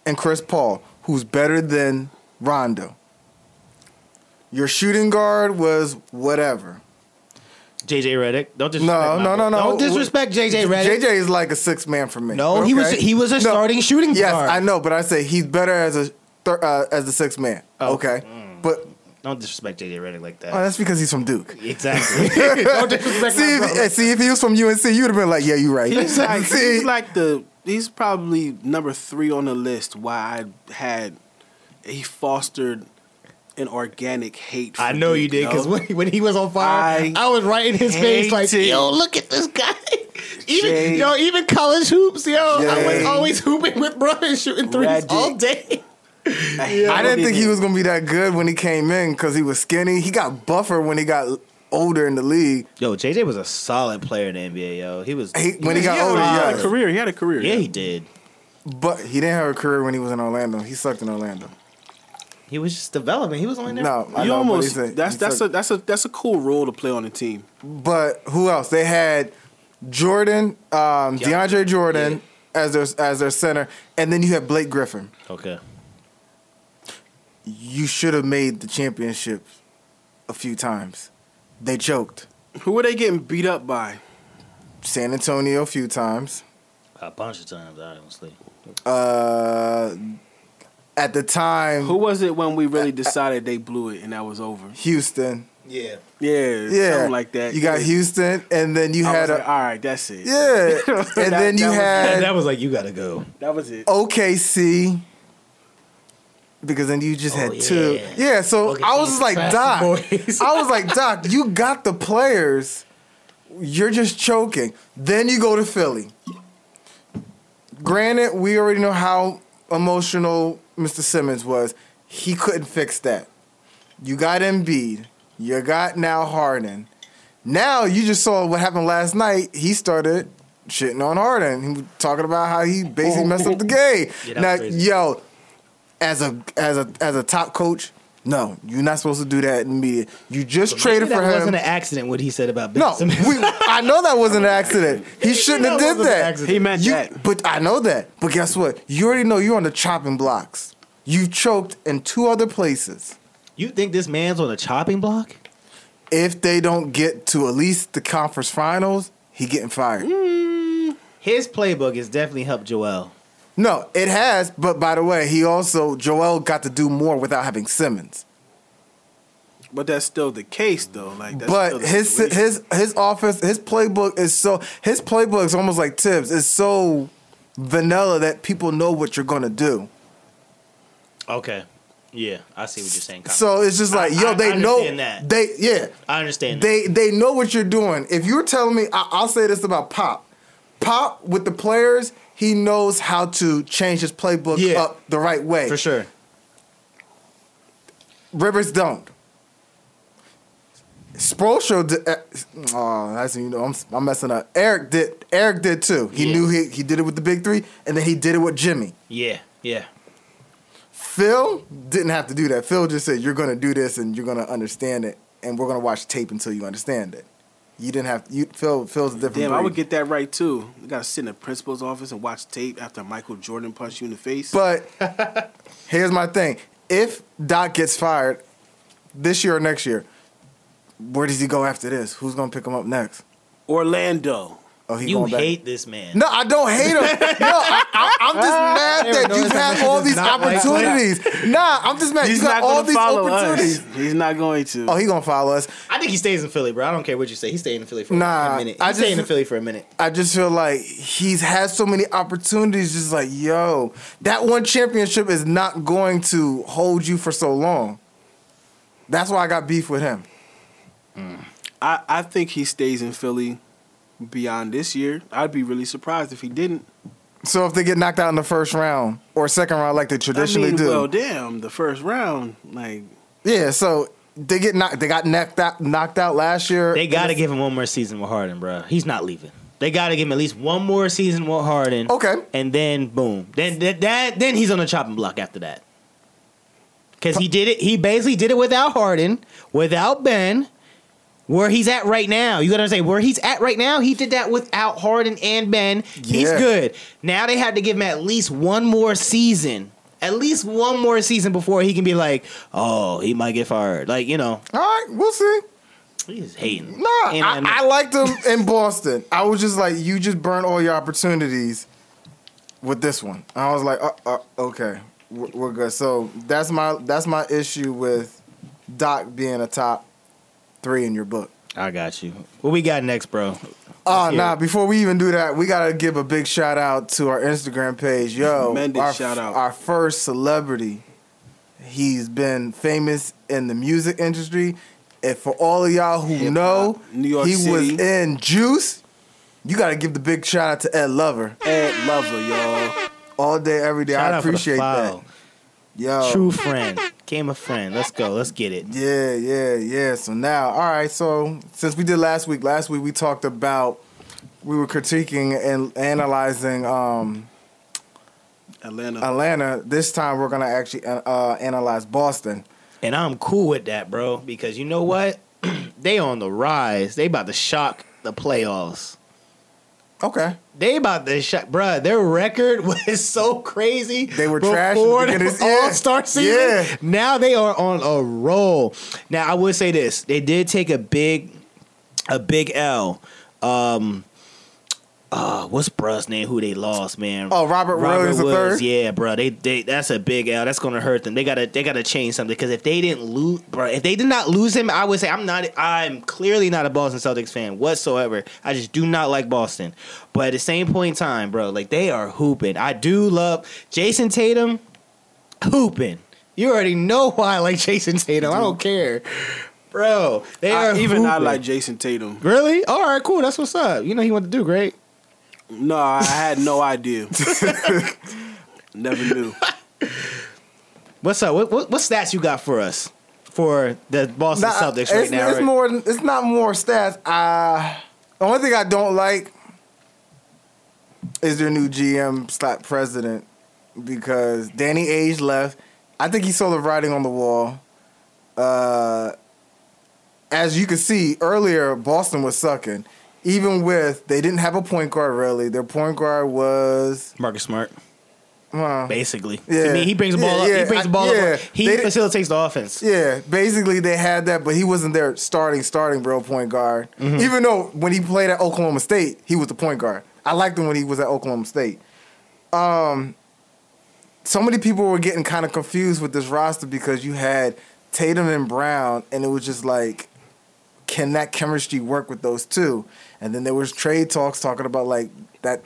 Speaker 2: and Chris Paul, who's better than Rondo. Your shooting guard was whatever.
Speaker 1: JJ Redick. Don't disrespect.
Speaker 2: No,
Speaker 1: my
Speaker 2: no, no,
Speaker 1: boy.
Speaker 2: no.
Speaker 1: Don't disrespect JJ Redick.
Speaker 2: JJ is like a six man for me.
Speaker 1: No, he was
Speaker 2: Okay?
Speaker 1: he was a
Speaker 2: No.
Speaker 1: starting shooting
Speaker 2: Yes,
Speaker 1: guard.
Speaker 2: I know, but I say he's better as a thir- uh, as the sixth man.
Speaker 1: Oh.
Speaker 2: Okay, but
Speaker 1: Don't disrespect JJ Redick like
Speaker 2: oh,
Speaker 1: that.
Speaker 2: that's because he's from Duke. [laughs]
Speaker 1: exactly. Don't disrespect
Speaker 2: see,
Speaker 1: my
Speaker 2: if,
Speaker 1: brother.
Speaker 2: uh, see, if he was from UNC, you'd have been like, yeah, you're right. [laughs]
Speaker 3: He's like,
Speaker 2: see,
Speaker 3: he's like the he's probably number three on the list. Why I had he fostered an organic hate. For
Speaker 1: I know you did
Speaker 2: [laughs]
Speaker 3: Duke,
Speaker 1: because
Speaker 3: yo.
Speaker 1: when, when he was on fire, I,
Speaker 3: I
Speaker 1: was right in his face like,
Speaker 3: hated-
Speaker 1: "Yo, look at this guy." [laughs] Even
Speaker 3: Jay-
Speaker 1: yo, even college hoops, yo, I was
Speaker 2: Jay-
Speaker 1: always hooping with bro and shooting threes
Speaker 3: Redick.
Speaker 1: all day.
Speaker 3: I,
Speaker 2: I
Speaker 3: hated
Speaker 2: didn't think he
Speaker 3: him.
Speaker 2: was gonna be that good when he came in because he was skinny. He got buffer when he got older in the league.
Speaker 1: Yo, JJ was a solid player in the NBA. Yo, he was
Speaker 2: He- when he got
Speaker 3: had a-
Speaker 2: older,
Speaker 3: had a
Speaker 2: yeah,
Speaker 3: career. He had a career.
Speaker 1: yeah, he did.
Speaker 2: but he didn't have a career when he was in Orlando. He sucked in Orlando.
Speaker 1: He was just developing. He was only there.
Speaker 2: No, I
Speaker 3: You
Speaker 2: know, but he
Speaker 3: almost
Speaker 2: said-
Speaker 3: that's
Speaker 2: he
Speaker 3: that's
Speaker 2: sucked.
Speaker 3: a that's a that's a cool role to play on a team.
Speaker 2: But who else? They had Jordan, um,
Speaker 1: Yeah.
Speaker 2: DeAndre Jordan
Speaker 1: Yeah.
Speaker 2: as their as their center, and then you had Blake Griffin.
Speaker 1: Okay.
Speaker 2: You should have made the championship a few times. They choked.
Speaker 3: Who were they getting beat up by?
Speaker 2: San Antonio a few times.
Speaker 1: A bunch of times, honestly.
Speaker 2: Uh, at the time,
Speaker 3: Who was it when we really decided they blew it and that was over?
Speaker 2: Houston.
Speaker 1: Yeah.
Speaker 3: Yeah,
Speaker 2: Yeah,
Speaker 3: something like that.
Speaker 2: You got
Speaker 3: Yeah.
Speaker 2: Houston, and then you
Speaker 3: I
Speaker 2: had
Speaker 3: was
Speaker 2: a
Speaker 3: like, all right, that's it. [laughs]
Speaker 2: yeah, and
Speaker 3: That-
Speaker 2: then you
Speaker 3: that was-
Speaker 1: And
Speaker 2: had
Speaker 1: that was like, you gotta go.
Speaker 3: that was it.
Speaker 2: OKC. Because then you just
Speaker 1: Oh,
Speaker 2: had two.
Speaker 1: yeah.
Speaker 2: Yeah, so
Speaker 1: OKC
Speaker 2: I was just like,
Speaker 1: trash
Speaker 2: Doc.
Speaker 1: boys.
Speaker 2: I was like, Doc, you got the players. You're just choking. Then you go to Philly. Granted, we already know how emotional Mr. Simmons was. He couldn't fix that. You got Embiid. You got now Harden. Now you just saw what happened last night. He started shitting on Harden. He was talking about how he basically messed up the game.
Speaker 1: [laughs] Yeah, that was
Speaker 2: now,
Speaker 1: crazy.
Speaker 2: yo, as a as a as a top coach, no, you're not supposed to do that in the media. You just traded
Speaker 1: Maybe
Speaker 2: for
Speaker 1: that
Speaker 2: him.
Speaker 1: wasn't an accident what he said about Ben
Speaker 2: no,
Speaker 1: Simmons.
Speaker 2: we, I know that
Speaker 1: [laughs]
Speaker 2: wasn't an accident. He shouldn't have
Speaker 1: That
Speaker 2: did
Speaker 1: wasn't an
Speaker 2: that.
Speaker 1: accident.
Speaker 3: He meant
Speaker 2: You-
Speaker 3: that.
Speaker 2: But I know that. But guess what? You already know you're on the chopping blocks. You choked in two other places.
Speaker 1: [laughs] You think this man's on a chopping block?
Speaker 2: If they don't get to at least the conference finals, he getting fired.
Speaker 1: Mm. His playbook has definitely helped Joel.
Speaker 2: No, it has. But by the way, he also Joel got to do more without having Simmons.
Speaker 3: But that's still the case, though. Like, that's still
Speaker 2: but
Speaker 3: the
Speaker 2: his
Speaker 3: situation.
Speaker 2: his his offense, his playbook is so his playbook is almost like Tibbs. It's so vanilla that people know what you're gonna do.
Speaker 1: Okay. Yeah, I see what you're saying. Colin.
Speaker 2: So it's just like,
Speaker 1: I-
Speaker 2: yo,
Speaker 1: I- I
Speaker 2: they know
Speaker 1: understand that.
Speaker 2: they yeah.
Speaker 1: I understand. that.
Speaker 2: They they know what you're doing. If you're telling me, I, I'll say this about Pop. Pop with the players, he knows how to change his playbook
Speaker 1: Yeah.
Speaker 2: up the right way.
Speaker 1: for sure.
Speaker 2: Rivers don't. Spoelstra, did, uh, oh, that's you know I'm, I'm messing up. Eric did. Eric did too. He
Speaker 1: Yeah.
Speaker 2: knew he he did it with the big three, and then he did it with Jimmy.
Speaker 1: Yeah, yeah.
Speaker 2: Phil didn't have to do that. Phil just said, "You're gonna do this, and you're gonna understand it, and we're gonna watch tape until you understand it." You didn't have you Phil. Phil's a different.
Speaker 3: Damn, I
Speaker 2: breed.
Speaker 3: would get that right too. You gotta sit in the principal's office and watch tape after Michael Jordan punched you in the face.
Speaker 2: But here's my thing: if Doc gets fired this year or next year, where does he go after this? Who's gonna pick him up next?
Speaker 3: Orlando.
Speaker 2: Oh, he
Speaker 1: You
Speaker 2: going back.
Speaker 1: hate this man.
Speaker 2: No, I don't hate him. No, I, I, I'm just mad
Speaker 1: Aaron,
Speaker 2: that
Speaker 1: no,
Speaker 2: you've
Speaker 1: it's
Speaker 2: had
Speaker 1: not-
Speaker 2: all
Speaker 1: it's
Speaker 2: these
Speaker 1: not like that.
Speaker 2: opportunities. Nah, I'm just mad
Speaker 3: He's
Speaker 2: you got
Speaker 3: not
Speaker 2: all
Speaker 3: going to
Speaker 2: these
Speaker 3: follow
Speaker 2: opportunities.
Speaker 3: us. He's not going to.
Speaker 2: Oh, he gonna follow us.
Speaker 1: I think he stays in Philly, bro. I don't care what you say. He stayed in Philly for
Speaker 2: Nah,
Speaker 1: a minute.
Speaker 2: I
Speaker 1: He
Speaker 2: just-
Speaker 1: stayed in Philly for a minute.
Speaker 2: I just feel like he's had so many opportunities. Just like, yo, that one championship is not going to hold you for so long. That's why I got beef with him.
Speaker 3: I, I think he stays in Philly beyond this year. I'd be really surprised if he didn't.
Speaker 2: So if they get knocked out in the first round or second round, like they traditionally
Speaker 3: I mean,
Speaker 2: do,
Speaker 3: well, damn, the first round, like
Speaker 2: yeah. So they get knocked. They got knocked out, knocked out last year.
Speaker 1: They got to give him one more season with Harden, bro. He's not leaving. They got to give him at least one more season with Harden.
Speaker 2: Okay.
Speaker 1: And then boom. Then that, that then he's on the chopping block after that. Cuz he did it he basically did it without Harden, without Ben, where he's at right now. You got to understand where he's at right now. He did that without Harden and Ben. He's
Speaker 2: Yeah.
Speaker 1: good. Now they had to give him at least one more season. At least one more season before he can be like, "Oh, he might get fired." Like, you know,
Speaker 2: All right, we'll see.
Speaker 1: he's hating.
Speaker 2: No,
Speaker 1: And
Speaker 2: I,
Speaker 1: know-
Speaker 2: I liked him in Boston. I was just like, you just burned all your opportunities with this one. I was like, uh, uh, okay, we're, we're good. So that's my that's my issue with Doc being a top three in your book.
Speaker 1: I got you. What we got next, bro?
Speaker 2: Oh,
Speaker 1: hear
Speaker 2: nah,
Speaker 1: it.
Speaker 2: before we even do that, we got to give a big shout out to our Instagram page. Yo,
Speaker 3: Tremendous
Speaker 2: our,
Speaker 3: shout out.
Speaker 2: our first celebrity. He's been famous in the music industry. And for all of y'all who
Speaker 3: Hip-hop,
Speaker 2: know,
Speaker 3: New York
Speaker 2: he was
Speaker 3: City.
Speaker 2: in Juice. You got to give the big shout out to Ed Lover.
Speaker 3: Ed Lover, y'all.
Speaker 2: All day, every day.
Speaker 1: Shout
Speaker 2: I
Speaker 1: out for the
Speaker 2: appreciate that.
Speaker 1: file.
Speaker 2: Yo.
Speaker 1: True friend. Came a friend. Let's go. Let's get it.
Speaker 2: Yeah, yeah, yeah. So now, all right. So since we did last week, last week we talked about we were critiquing and analyzing um,
Speaker 3: Atlanta.
Speaker 2: Atlanta. This time we're gonna actually uh, uh, analyze Boston.
Speaker 1: And I'm cool with that, bro, because you know what? [clears throat] they on the rise. They about to shock the playoffs.
Speaker 2: Okay.
Speaker 1: They about to shock, bruh. Their record [laughs] was so crazy.
Speaker 2: They were
Speaker 1: before
Speaker 2: trash at the beginning of this- yeah.
Speaker 1: All Star season.
Speaker 2: Yeah.
Speaker 1: Now they are on a roll. Now I would say this: they did take a big, a big L. Um, uh, what's bruh's name? Who they lost, man?
Speaker 2: Oh, Robert Williams the third?
Speaker 1: Yeah, bro. They, they that's a big L. That's gonna hurt them. They gotta they gotta change something because if they didn't lose, bro, if they did not lose him, I would say I'm not. I'm clearly not a Boston Celtics fan whatsoever. I just do not like Boston. But at the same point in time, bro, like they are hooping. I do love Jason Tatum hooping. You already know why I like [laughs] Jason Tatum. I don't care, bro. They
Speaker 3: I-
Speaker 1: are
Speaker 3: even I
Speaker 1: hooping.
Speaker 3: like Jason Tatum.
Speaker 1: Really? All right, cool. That's what's up. You know he went to do great.
Speaker 3: No, I had
Speaker 2: [laughs]
Speaker 3: no idea. Never knew.
Speaker 1: What's up? What, what what stats you got for us for the Boston
Speaker 2: Nah,
Speaker 1: Celtics
Speaker 2: it's,
Speaker 1: right now?
Speaker 2: it's
Speaker 1: right?
Speaker 2: more. It's not more stats. Uh, the only thing I don't like is their new GM slot president because Danny Age left. I think he saw the writing on the wall. Uh, as you can see earlier, Boston was sucking. Even with they didn't have a point guard really. Their point guard was
Speaker 1: Marcus Smart,
Speaker 2: well,
Speaker 1: basically.
Speaker 2: Yeah.
Speaker 1: I mean, he brings the
Speaker 2: Yeah,
Speaker 1: ball up.
Speaker 2: yeah,
Speaker 1: He brings the ball
Speaker 2: I- yeah.
Speaker 1: up. He
Speaker 2: They-
Speaker 1: facilitates the offense.
Speaker 2: Yeah, basically they had that, but he wasn't their starting, starting real point guard. Even though when he played at Oklahoma State, he was the point guard. I liked him when he was at Oklahoma State. Um, so many people were getting kind of confused with this roster because you had Tatum and Brown, and it was just like, can that chemistry work with those two? And then there was trade talks talking about like that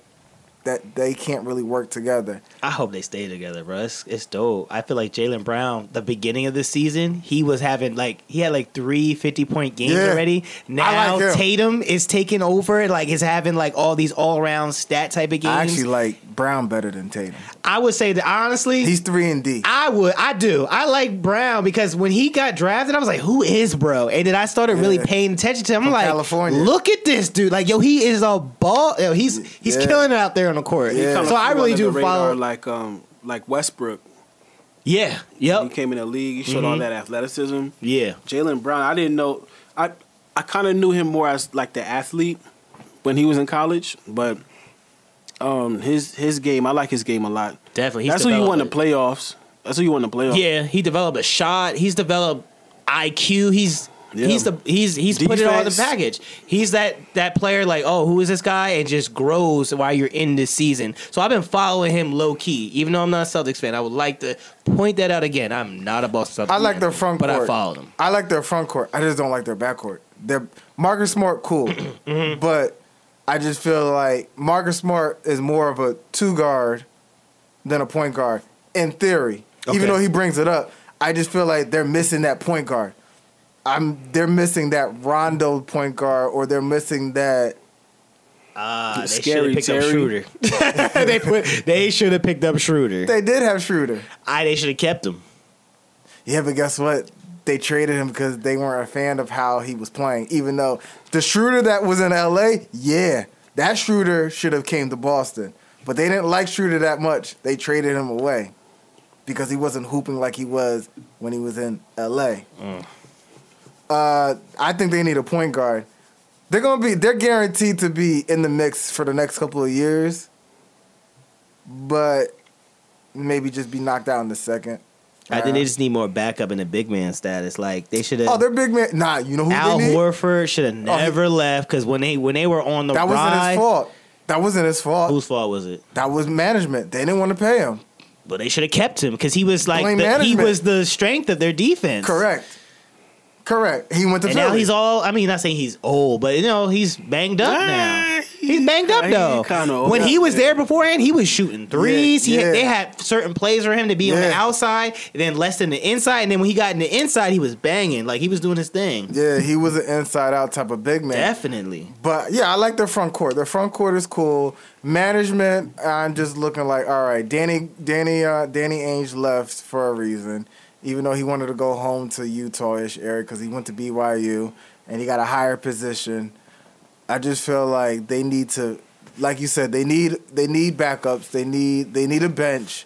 Speaker 2: that they can't really work together.
Speaker 1: I hope they stay together, bro. It's, it's dope. I feel like Jalen Brown, the beginning of the season, he was having like he had like three 50 point games
Speaker 2: Yeah.
Speaker 1: already. Now
Speaker 2: like him.
Speaker 1: Tatum is taking over, like is having like all these all round stat type of games.
Speaker 2: I actually like Brown better than Tatum.
Speaker 1: I would say that honestly,
Speaker 2: He's three and D.
Speaker 1: I would. I do. I like Brown because when he got drafted, I was like, "Who is bro?" And then I started really
Speaker 2: Yeah.
Speaker 1: paying attention to him. I'm
Speaker 2: From
Speaker 1: like,
Speaker 2: California.
Speaker 1: "Look at this dude! Like, yo, he is a ball. Yo, he's he's
Speaker 2: Yeah.
Speaker 1: killing it out there on the court."
Speaker 2: Yeah.
Speaker 1: So I really do follow.
Speaker 3: like um like Westbrook.
Speaker 1: yeah.
Speaker 3: He
Speaker 1: Yep.
Speaker 3: came in the league. He showed
Speaker 2: Mm-hmm.
Speaker 3: all that athleticism.
Speaker 1: Yeah.
Speaker 3: Jalen Brown, I didn't know. I I kind of knew him more as like the athlete when he was in college, but um, his his game, I like his game a lot.
Speaker 1: Definitely. He's
Speaker 3: That's who you want in
Speaker 1: developed-
Speaker 3: the playoffs. That's who you want in the playoffs.
Speaker 1: Yeah. He developed a shot. He's developed IQ. He's
Speaker 3: Yeah.
Speaker 1: He's the he's he's put it all in the
Speaker 3: Defense.
Speaker 1: package. He's that that player like, oh, who is this guy? And just grows while you're in this season. So I've been following him low key, even though I'm not a Celtics fan. I would like to point that out again. I'm not a Boston. Celtics
Speaker 2: I like
Speaker 1: fan,
Speaker 2: their front
Speaker 1: but
Speaker 2: court.
Speaker 1: I followed him.
Speaker 2: I like their front court. I just don't like their back court. Their Marcus Smart, cool, but I just feel like Marcus Smart is more of a two guard than a point guard in theory.
Speaker 1: Okay.
Speaker 2: Even though he brings it up, I just feel like they're missing that point guard. I'm they're missing that Rondo point guard, or they're missing that.
Speaker 1: Ah, they should
Speaker 3: Scary
Speaker 1: have picked up
Speaker 3: Terry.
Speaker 1: Schroeder. [laughs] they put, they should have picked up Schroeder.
Speaker 2: They did have Schroeder.
Speaker 1: I they should have kept him.
Speaker 2: Yeah, but guess what? They traded him because they weren't a fan of how he was playing. Even though the Schroeder that was in L.A., yeah, that Schroeder should have came to Boston, but they didn't like Schroeder that much. They traded him away because he wasn't hooping like he was when he was in L.A. Uh, I think they need a point guard. They're gonna be. They're guaranteed to be in the mix for the next couple of years, but maybe just be knocked out in the second.
Speaker 1: I think they
Speaker 2: round.
Speaker 1: just need more backup in the big man status. Like they should have.
Speaker 2: Oh, they're big man. Nah, you know who
Speaker 1: Al
Speaker 2: they need?
Speaker 1: Horford should have
Speaker 2: he-
Speaker 1: never left because when they when they were on the
Speaker 2: that wasn't
Speaker 1: ride,
Speaker 2: his fault. That wasn't his fault.
Speaker 1: whose fault was it?
Speaker 2: that was management. They didn't want to pay him.
Speaker 1: But they should have kept him because he was like
Speaker 2: Blame
Speaker 1: the, he
Speaker 2: management.
Speaker 1: was the strength of their defense.
Speaker 2: Correct. Correct. He went to
Speaker 1: And
Speaker 2: Philly.
Speaker 1: now he's all. I mean, not saying he's old, but you know he's banged up now.
Speaker 3: Ah,
Speaker 1: He's banged up
Speaker 3: he
Speaker 1: though.
Speaker 3: kinda old.
Speaker 1: when he was there beforehand, he was shooting threes. he
Speaker 2: yeah.
Speaker 1: they had certain plays for him to be on the
Speaker 2: Yeah.
Speaker 1: outside, and then less than the inside. And then when he got in the inside, he was banging like he was doing his thing.
Speaker 2: yeah, he was an inside out type of big man.
Speaker 1: Definitely.
Speaker 2: But yeah, I like their front court. Their front court is cool. Management, I'm just looking like, all right, Danny, Danny, uh, Danny Ainge left for a reason, even though he wanted to go home to Utah-ish area because he went to BYU and he got a higher position. I just feel like they need to, like you said, they need they need backups. They need they need a bench.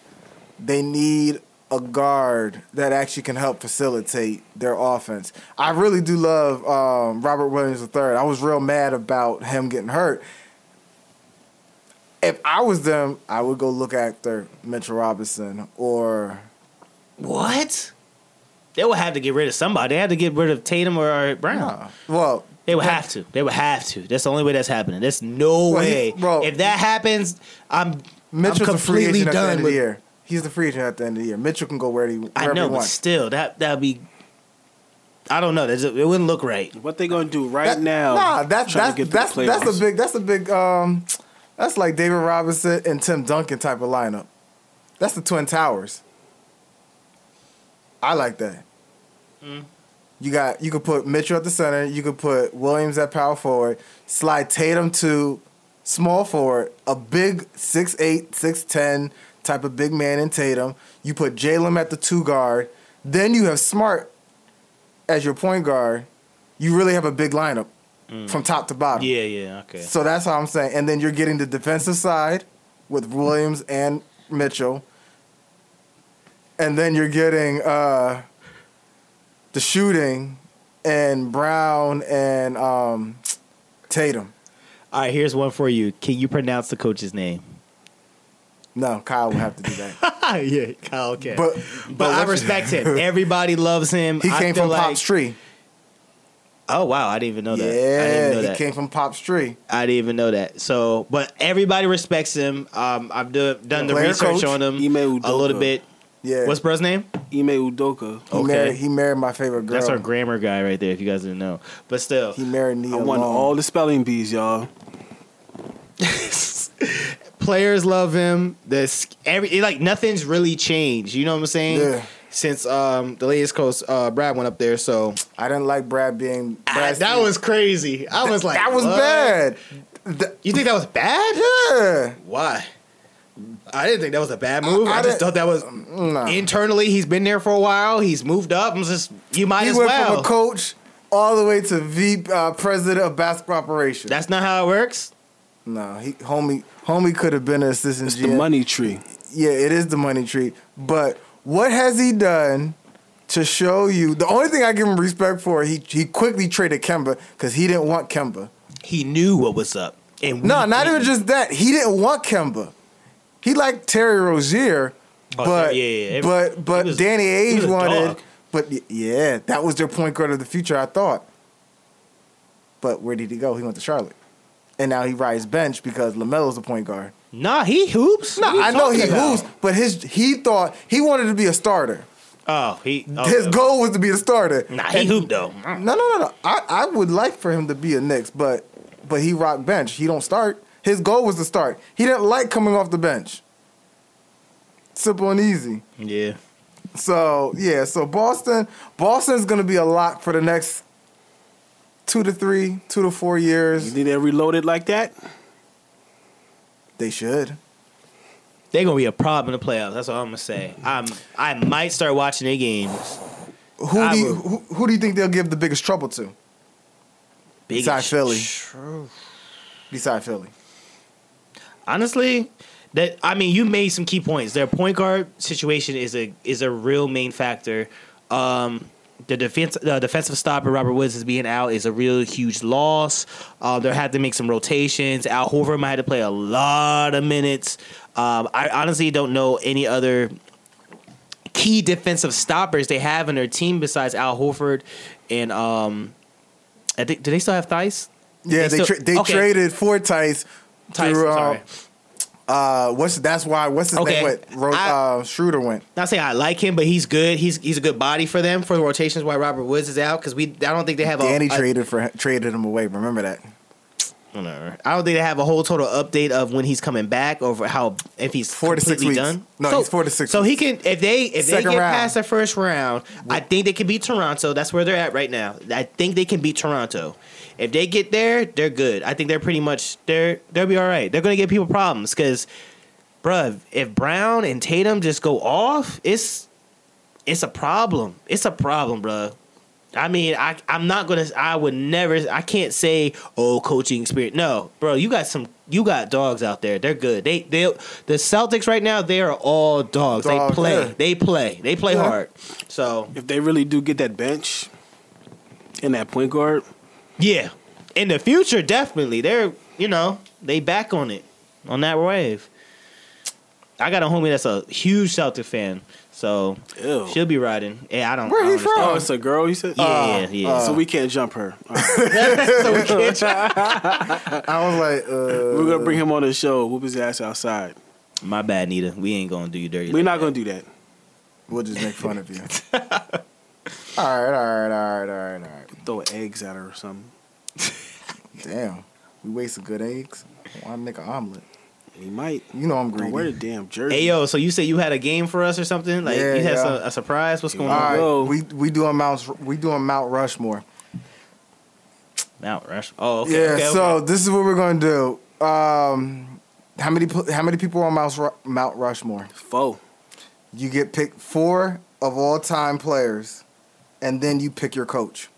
Speaker 2: They need a guard that actually can help facilitate their offense. I really do love um, Robert Williams III. I was real mad about him getting hurt. If I was them, I would go look after Mitchell Robinson or
Speaker 1: What? They would have to get rid of somebody. They had to get rid of Tatum or, or Brown.
Speaker 2: well,
Speaker 1: They would have to. They would have to. That's the only way that's happening. There's no
Speaker 2: Well, he-
Speaker 1: way.
Speaker 2: bro-
Speaker 1: if that happens, I'm
Speaker 2: Mitchell's
Speaker 1: I'm
Speaker 2: a free
Speaker 1: completely
Speaker 2: agent at the
Speaker 1: done
Speaker 2: end of
Speaker 1: with.
Speaker 2: the year. He's the free agent at the end of the year. Mitchell can go where he wherever
Speaker 1: I know,
Speaker 2: he
Speaker 1: but
Speaker 2: wants.
Speaker 1: still, that that'd be. I don't know. That's- It wouldn't look right.
Speaker 3: What they gonna do right
Speaker 2: That-
Speaker 3: now?
Speaker 2: Nah, that's
Speaker 3: trying
Speaker 2: that's
Speaker 3: to get to
Speaker 2: that's
Speaker 3: the
Speaker 2: that's
Speaker 3: playoffs?
Speaker 2: a big that's a big um that's like David Robinson and Tim Duncan type of lineup. That's the Twin Towers. I like that. You got you could put Mitchell at the center, you could put Williams at power forward, slide Tatum to small forward, a big 6'8, 6'10 type of big man in Tatum. You put Jalen at the two guard, then you have Smart as your point guard. You really have a big lineup from top to bottom.
Speaker 1: Yeah, yeah, okay.
Speaker 2: So that's how I'm saying. And then you're getting the defensive side with Williams and Mitchell. And then you're getting uh, the shooting and Brown and um, Tatum.
Speaker 1: All right, here's one for you. Can you pronounce the coach's
Speaker 2: [laughs]
Speaker 1: name?
Speaker 2: No, Kyle will have to do that.
Speaker 1: yeah, Kyle. Okay, but
Speaker 2: But
Speaker 1: but, I
Speaker 2: what-
Speaker 1: respect
Speaker 2: [laughs]
Speaker 1: him. Everybody loves him.
Speaker 2: He
Speaker 1: I
Speaker 2: came
Speaker 1: feel
Speaker 2: from
Speaker 1: like,
Speaker 2: Pop's tree.
Speaker 1: Oh wow, I didn't even know
Speaker 2: Yeah,
Speaker 1: that. I didn't know
Speaker 2: he
Speaker 1: that.
Speaker 2: came from Pop's tree.
Speaker 1: I didn't even know that. So, but everybody respects him. Um, I've do, done the
Speaker 2: Player
Speaker 1: research
Speaker 2: coach,
Speaker 1: on him
Speaker 3: Ime
Speaker 1: a little
Speaker 3: Udoka.
Speaker 1: bit.
Speaker 2: Yeah,
Speaker 1: What's bro's name?
Speaker 3: Ime Udoka.
Speaker 2: he
Speaker 1: okay.
Speaker 2: married. He married my favorite girl.
Speaker 1: That's our grammar guy right there. If you guys didn't know, but still, [laughs]
Speaker 2: he married Nia
Speaker 3: I won
Speaker 2: Long.
Speaker 3: all the spelling bees, y'all.
Speaker 1: players love him. This every it, like nothing's really changed. You know what I'm saying?
Speaker 2: Yeah.
Speaker 1: Since um the latest coach uh, Brad went up there, so
Speaker 2: I didn't like Brad being.
Speaker 1: Ah,
Speaker 2: Brad
Speaker 1: that was crazy. I was like,
Speaker 2: that was
Speaker 1: what?
Speaker 2: bad. Th-
Speaker 1: You think that was bad?
Speaker 2: yeah.
Speaker 1: Why? I didn't think that was a bad move. I,
Speaker 2: I
Speaker 1: just
Speaker 2: didn't-
Speaker 1: thought that was
Speaker 2: No.
Speaker 1: internally. He's been there for a while. He's moved up. I'm just you might
Speaker 2: He
Speaker 1: as
Speaker 2: went
Speaker 1: well.
Speaker 2: from a coach all the way to V uh, president of basketball operations.
Speaker 1: That's not how it works.
Speaker 2: no, he homie homie could have been an assistant
Speaker 3: It's
Speaker 2: GM.
Speaker 3: the money tree.
Speaker 2: Yeah, it is the money tree. But what has he done to show you? The only thing I give him respect for, he he quickly traded Kemba because he didn't want Kemba.
Speaker 1: He knew what was up. And we
Speaker 2: No, not
Speaker 1: didn't.
Speaker 2: even just that. He didn't want Kemba. He liked Terry Rozier,
Speaker 1: Oh,
Speaker 2: but
Speaker 1: yeah, yeah, yeah.
Speaker 2: but
Speaker 1: He
Speaker 2: but
Speaker 1: was-
Speaker 2: Danny
Speaker 1: he was
Speaker 2: Ainge
Speaker 1: a
Speaker 2: wanted
Speaker 1: dog.
Speaker 2: But y- yeah, that was their point guard of the future, I thought. But where did he go? He went to Charlotte. And now he rides bench because LaMelo's the point guard.
Speaker 1: Nah, he hoops.
Speaker 2: No,
Speaker 1: What you
Speaker 2: I know he
Speaker 1: talking about?
Speaker 2: moves, but his he thought he wanted to be a starter.
Speaker 1: Oh, he. oh,
Speaker 2: His
Speaker 1: yeah.
Speaker 2: goal was to be a starter.
Speaker 1: Nah, he hooped though.
Speaker 2: No, no, no, no. I, I would like for him to be a Knicks, but but he rock bench. He don't start. His goal was to start. He didn't like coming off the bench. Simple and easy.
Speaker 1: Yeah.
Speaker 2: So yeah, so Boston, Boston's gonna be a lock for the next two to three, two to four
Speaker 3: You
Speaker 2: years.
Speaker 3: think they reloaded like that?
Speaker 2: They should.
Speaker 1: They're gonna be a problem in the playoffs. That's all I'm gonna say. I'm I might start watching their games.
Speaker 2: Who
Speaker 1: I
Speaker 2: do you,
Speaker 1: would-
Speaker 2: who, who do you think they'll give the biggest trouble to?
Speaker 1: Big
Speaker 2: Besides Philly.
Speaker 1: True.
Speaker 2: Besides Philly,
Speaker 1: Honestly, that I mean, you made some key points. Their point guard situation is a is a real main factor. Um, the defense, the defensive stopper Robert Woods is being out is a real huge loss. Uh, they had to make some rotations. Al Horford might have to play a lot of minutes. Um, I honestly don't know any other key defensive stoppers they have in their team besides Al Horford and um, I think do they still have Thice? They
Speaker 2: yeah, they
Speaker 1: still-
Speaker 2: tra- they
Speaker 1: okay.
Speaker 2: traded four tights.
Speaker 1: Tice,
Speaker 2: through, uh,
Speaker 1: sorry.
Speaker 2: Uh, what's that's why what's his
Speaker 1: Okay.
Speaker 2: name? What Ro-
Speaker 1: I-
Speaker 2: uh, Schroeder went.
Speaker 1: Not saying I like him, but he's good. He's he's a good body for them for the rotations. Why Robert Woods is out because we I don't think they have
Speaker 2: Danny
Speaker 1: a, a
Speaker 2: traded for traded him away. Remember that.
Speaker 1: Whatever. I don't think they have a whole total update of when he's coming back or for how if he's
Speaker 2: Four to six
Speaker 1: completely
Speaker 2: weeks.
Speaker 1: done.
Speaker 2: No, he's four to six
Speaker 1: So
Speaker 2: weeks.
Speaker 1: he can if they if
Speaker 2: Second
Speaker 1: they get
Speaker 2: round.
Speaker 1: past the first round, I think they can beat Toronto. That's where they're at right now. I think they can beat Toronto. If they get there, they're good. I think they're pretty much they're they'll be all right. They're gonna give people problems because, bruh, if Brown and Tatum just go off, it's it's a problem. It's a problem, bruh. I mean, I I'm not gonna. I would never. I can't say oh coaching experience. No, bro, you got some. You got dogs out there. They're good. They they the Celtics right now. They are all dogs.
Speaker 2: Dogs,
Speaker 1: they play.
Speaker 2: yeah.
Speaker 1: They play. They play
Speaker 2: Yeah.
Speaker 1: hard. So
Speaker 3: If they really do get that bench and that point guard,
Speaker 1: yeah, in the future, definitely they're you know they back on it on that wave. I got a homie that's a huge Celtic fan, so
Speaker 3: ew.
Speaker 1: she'll be riding. Yeah, I don't.
Speaker 2: Oh. Where
Speaker 1: I don't
Speaker 2: he from? Ah,
Speaker 3: Oh, it's a girl. You said,
Speaker 1: Yeah,
Speaker 3: Uh,
Speaker 1: yeah, yeah.
Speaker 3: so we can't
Speaker 2: [laughs]
Speaker 3: jump her. All right.
Speaker 1: understand.
Speaker 2: Oh,
Speaker 1: [laughs] So we can't-
Speaker 2: I was like, [laughs] uh,
Speaker 3: We're gonna bring him on the show. Whoop his ass outside.
Speaker 1: My bad, Nita. We ain't gonna do you dirty.
Speaker 3: We're not gonna do that.
Speaker 2: We'll just make fun of [laughs] you. all right, all right, all right, all right, all right.
Speaker 3: Throw eggs at her or something.
Speaker 2: Damn, we wasted good eggs. Why make an omelet?
Speaker 3: He might.
Speaker 2: You know I'm
Speaker 3: Don't wear the
Speaker 2: greedy.
Speaker 3: damn jersey.
Speaker 1: Hey yo, so you said you had a game for us or something? Like
Speaker 2: Yeah,
Speaker 1: you had
Speaker 2: yeah.
Speaker 1: some- a surprise? What's going
Speaker 2: All
Speaker 1: on?
Speaker 3: Alright.
Speaker 2: right,
Speaker 3: Yo.
Speaker 2: we we doing Mount we doing Mount Rushmore.
Speaker 1: Mount Rush. Oh, okay.
Speaker 2: yeah,
Speaker 1: okay, okay.
Speaker 2: so this is what we're gonna do. Um, how many pl- how many people are on Mount Ru- Mount Rushmore?
Speaker 3: Foe.
Speaker 2: You get picked four of all time players, and then you pick your coach.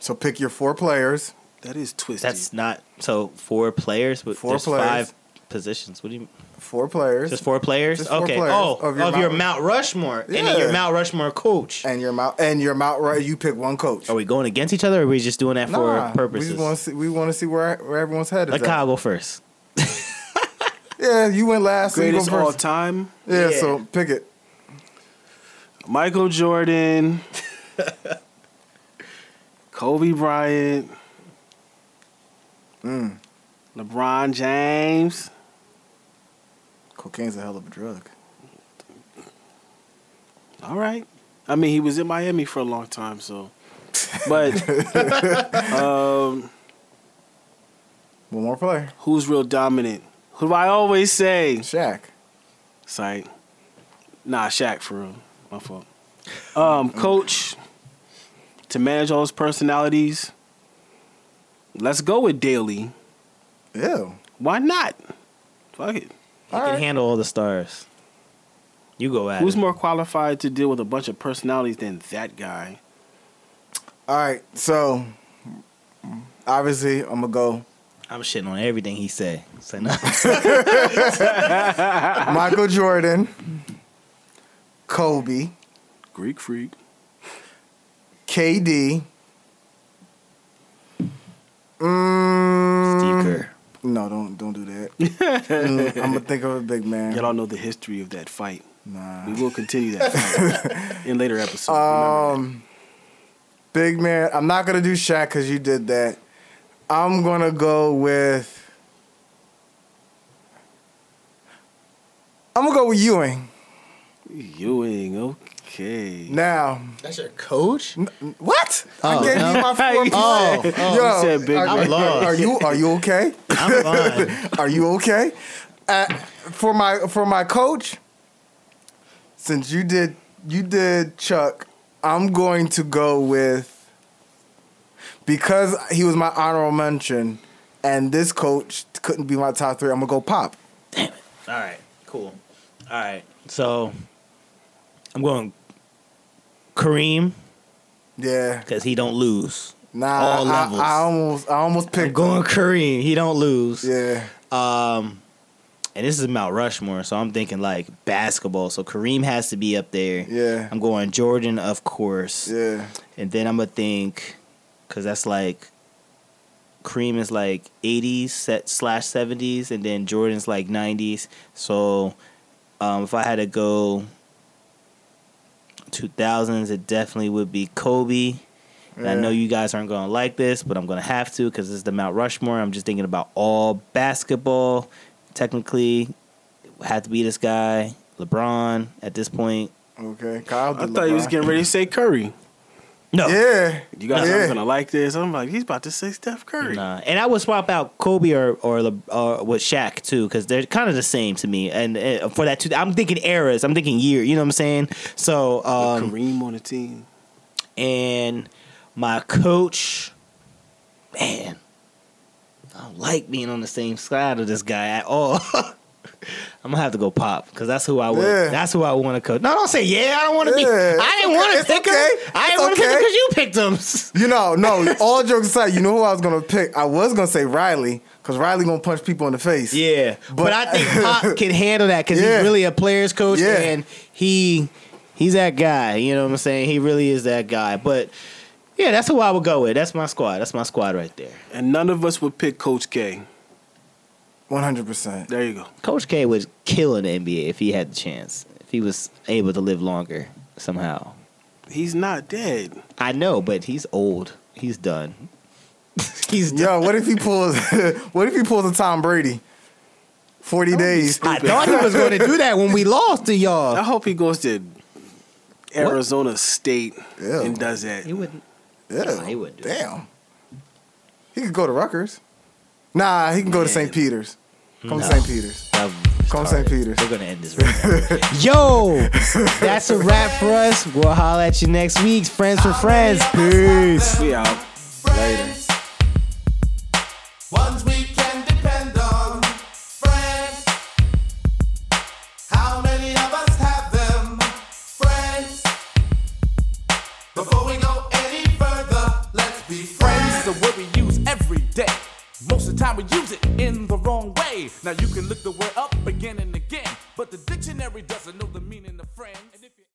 Speaker 2: So pick your four players.
Speaker 3: That is twisted.
Speaker 1: that's not so four players, but
Speaker 2: Four
Speaker 1: there's
Speaker 2: players.
Speaker 1: five positions. What do you
Speaker 2: Four players.
Speaker 1: just four players?
Speaker 2: Just four
Speaker 1: okay.
Speaker 2: players
Speaker 1: oh,
Speaker 2: of
Speaker 1: of
Speaker 2: your
Speaker 1: your,
Speaker 2: Mount-
Speaker 1: Mount, Rushmore. And
Speaker 2: Yeah.
Speaker 1: then your Mount Rushmore coach.
Speaker 2: and your mount and your mount right you pick one coach
Speaker 1: Are we going against each other or are we just doing that
Speaker 2: Nah,
Speaker 1: Oh, for purposes?
Speaker 2: we just want to see we want to see where where everyone's headed
Speaker 1: Let Kyle go first.
Speaker 2: yeah you went last so you go
Speaker 3: greatest all
Speaker 2: first.
Speaker 3: time.
Speaker 2: yeah,
Speaker 1: Yeah.
Speaker 2: so pick it
Speaker 1: [laughs]
Speaker 3: Michael Jordan, Kobe Bryant,
Speaker 2: mm.
Speaker 3: LeBron James.
Speaker 2: cocaine's a hell of a drug
Speaker 3: All right. I mean, he was in Miami for a long time, so.
Speaker 1: [laughs]
Speaker 3: But um,
Speaker 2: one more player
Speaker 3: who's real dominant? Who do I always say?
Speaker 2: Shaq
Speaker 3: It's like, nah, Shaq for real. My fault. Um,
Speaker 2: Mm-hmm.
Speaker 3: coach, to manage all his personalities, let's go with Daly.
Speaker 2: ew
Speaker 3: Why not? Fuck it.
Speaker 1: He
Speaker 2: all
Speaker 1: can
Speaker 2: right.
Speaker 1: handle all the stars. You go at
Speaker 3: Who's
Speaker 1: it.
Speaker 3: more qualified to deal with a bunch of personalities than that guy?
Speaker 2: all right so obviously I'm gonna go
Speaker 1: I'm shitting on everything he said. Say
Speaker 2: [laughs]
Speaker 1: no.
Speaker 2: Hmm. Michael Jordan Kobe
Speaker 3: Greek freak.
Speaker 2: KD mm,
Speaker 1: Deeker.
Speaker 2: no don't don't do that mm, I'm gonna think of a big man
Speaker 3: Y'all all know the history of that fight.
Speaker 2: Nah.
Speaker 3: We will continue
Speaker 2: [laughs]
Speaker 3: that fight in later episodes. remember
Speaker 2: Um, big man, I'm not gonna do Shaq because you did that. I'm gonna go with. I'm gonna go with Ewing.
Speaker 3: that. Ewing, okay.
Speaker 2: Now,
Speaker 4: That's your coach?
Speaker 2: what?
Speaker 4: Oh.
Speaker 2: I gave you
Speaker 3: [laughs]
Speaker 2: my four
Speaker 3: You
Speaker 4: Oh,
Speaker 2: pieces.
Speaker 4: oh,
Speaker 2: Yo,
Speaker 3: you said big
Speaker 2: are,
Speaker 4: man.
Speaker 2: are- are you are you okay?
Speaker 4: I'm fine.
Speaker 2: [laughs] Are you okay? Uh, for my for my coach, since you did you did Chuck, I'm going to go with because he was my honorable mention, and this coach couldn't be my top three. I'm gonna go Pop.
Speaker 1: All right, cool. All right, so I'm going Kareem
Speaker 2: Yeah,
Speaker 1: because he don't lose.
Speaker 2: nah,
Speaker 1: All
Speaker 2: I,
Speaker 1: levels.
Speaker 2: I almost I almost
Speaker 1: I'm [laughs]
Speaker 2: picked.
Speaker 1: going Kareem. He don't lose.
Speaker 2: Yeah,
Speaker 1: Um, and this is Mount Rushmore, so I'm thinking like basketball. So Kareem has to be up there.
Speaker 2: yeah,
Speaker 1: I'm going Jordan, of course,
Speaker 2: yeah.
Speaker 1: and then I'm gonna think because that's like Kareem is like 80s set slash 70s, and then Jordan's like 90s. So um, if I had to go 2000s, it definitely would be Kobe. And I
Speaker 2: Yeah.
Speaker 1: know you guys aren't going to like this, but I'm going to have to because this is the Mount Rushmore. I'm just thinking about all basketball. Technically, have to be this guy, LeBron, at this point.
Speaker 2: Okay, Kyle.
Speaker 3: I
Speaker 2: did
Speaker 3: thought you was
Speaker 2: LeBron.
Speaker 3: getting ready to say Curry.
Speaker 1: [laughs] No.
Speaker 2: Yeah,
Speaker 3: You guys
Speaker 2: Yeah.
Speaker 3: aren't gonna like this. I'm like, he's about to say Steph Curry.
Speaker 1: Nah. And I would swap out Kobe or or, Le- or with Shaq too because they're kind of the same to me. And, uh for that, too, I'm thinking eras. I'm thinking year. You know what I'm saying? So
Speaker 3: With
Speaker 1: um,
Speaker 3: Kareem on the team.
Speaker 1: and my coach, man, I don't like being on the same side of this guy at all. [laughs] I'm gonna have to go pop because that's who I would.
Speaker 2: Yeah.
Speaker 1: That's who I want to coach. No, don't say yeah. I don't want to be.
Speaker 2: Yeah,
Speaker 1: I
Speaker 2: it's
Speaker 1: didn't
Speaker 2: okay,
Speaker 1: want to
Speaker 2: it's
Speaker 1: pick
Speaker 2: okay,
Speaker 1: him. I didn't
Speaker 2: it's
Speaker 1: want to pick him
Speaker 2: okay.
Speaker 1: because you picked him. [laughs]
Speaker 2: You know, no. All jokes aside, you know who I was gonna pick. I was gonna say Riley because Riley gonna punch people in the face.
Speaker 1: Yeah, but,
Speaker 2: But-
Speaker 1: I think
Speaker 2: [laughs]
Speaker 1: Pop can handle that because
Speaker 2: Yeah.
Speaker 1: he's really a players coach,
Speaker 2: Yeah.
Speaker 1: and he he's that guy. You know what I'm saying? He really is that guy. But yeah, that's who I would go with. That's my squad. That's my squad right there.
Speaker 3: And none of us would pick Coach K.
Speaker 2: one hundred percent.
Speaker 3: There you go.
Speaker 1: Coach K would kill in the NBA if he had the chance. If he was able to live longer somehow.
Speaker 3: He's not dead.
Speaker 1: I know, but he's old. He's done. [laughs] he's done.
Speaker 2: Yo, what if he pulls? [laughs] what if he pulls a Tom Brady? Forty days.
Speaker 1: I thought he was going to do that when we lost to
Speaker 3: I
Speaker 1: y'all.
Speaker 3: hope he goes to Arizona State
Speaker 2: Ew.
Speaker 3: and does that.
Speaker 1: He wouldn't.
Speaker 2: Yeah.
Speaker 1: No, he wouldn't do that.
Speaker 2: Damn. He could go to Rutgers. Nah, he can go to
Speaker 1: Man.
Speaker 2: St. Peter's. Come
Speaker 1: No.
Speaker 2: to St. Peter's.
Speaker 1: That was
Speaker 2: Come St.
Speaker 1: retarded.
Speaker 2: Peter's.
Speaker 1: We're gonna end this right now. [laughs] Yo, that's a wrap for us. We'll holler at you next week. Friends for friends. Peace.
Speaker 3: We out.
Speaker 5: friends. Ones we can depend on, friends. How many of us have them, friends? Before we go any further, let's be
Speaker 6: Friends
Speaker 5: friends.
Speaker 6: are what we use every day. Most of the time we use it in the wrong way. Now you can look the word up again and again, but the dictionary doesn't know the meaning of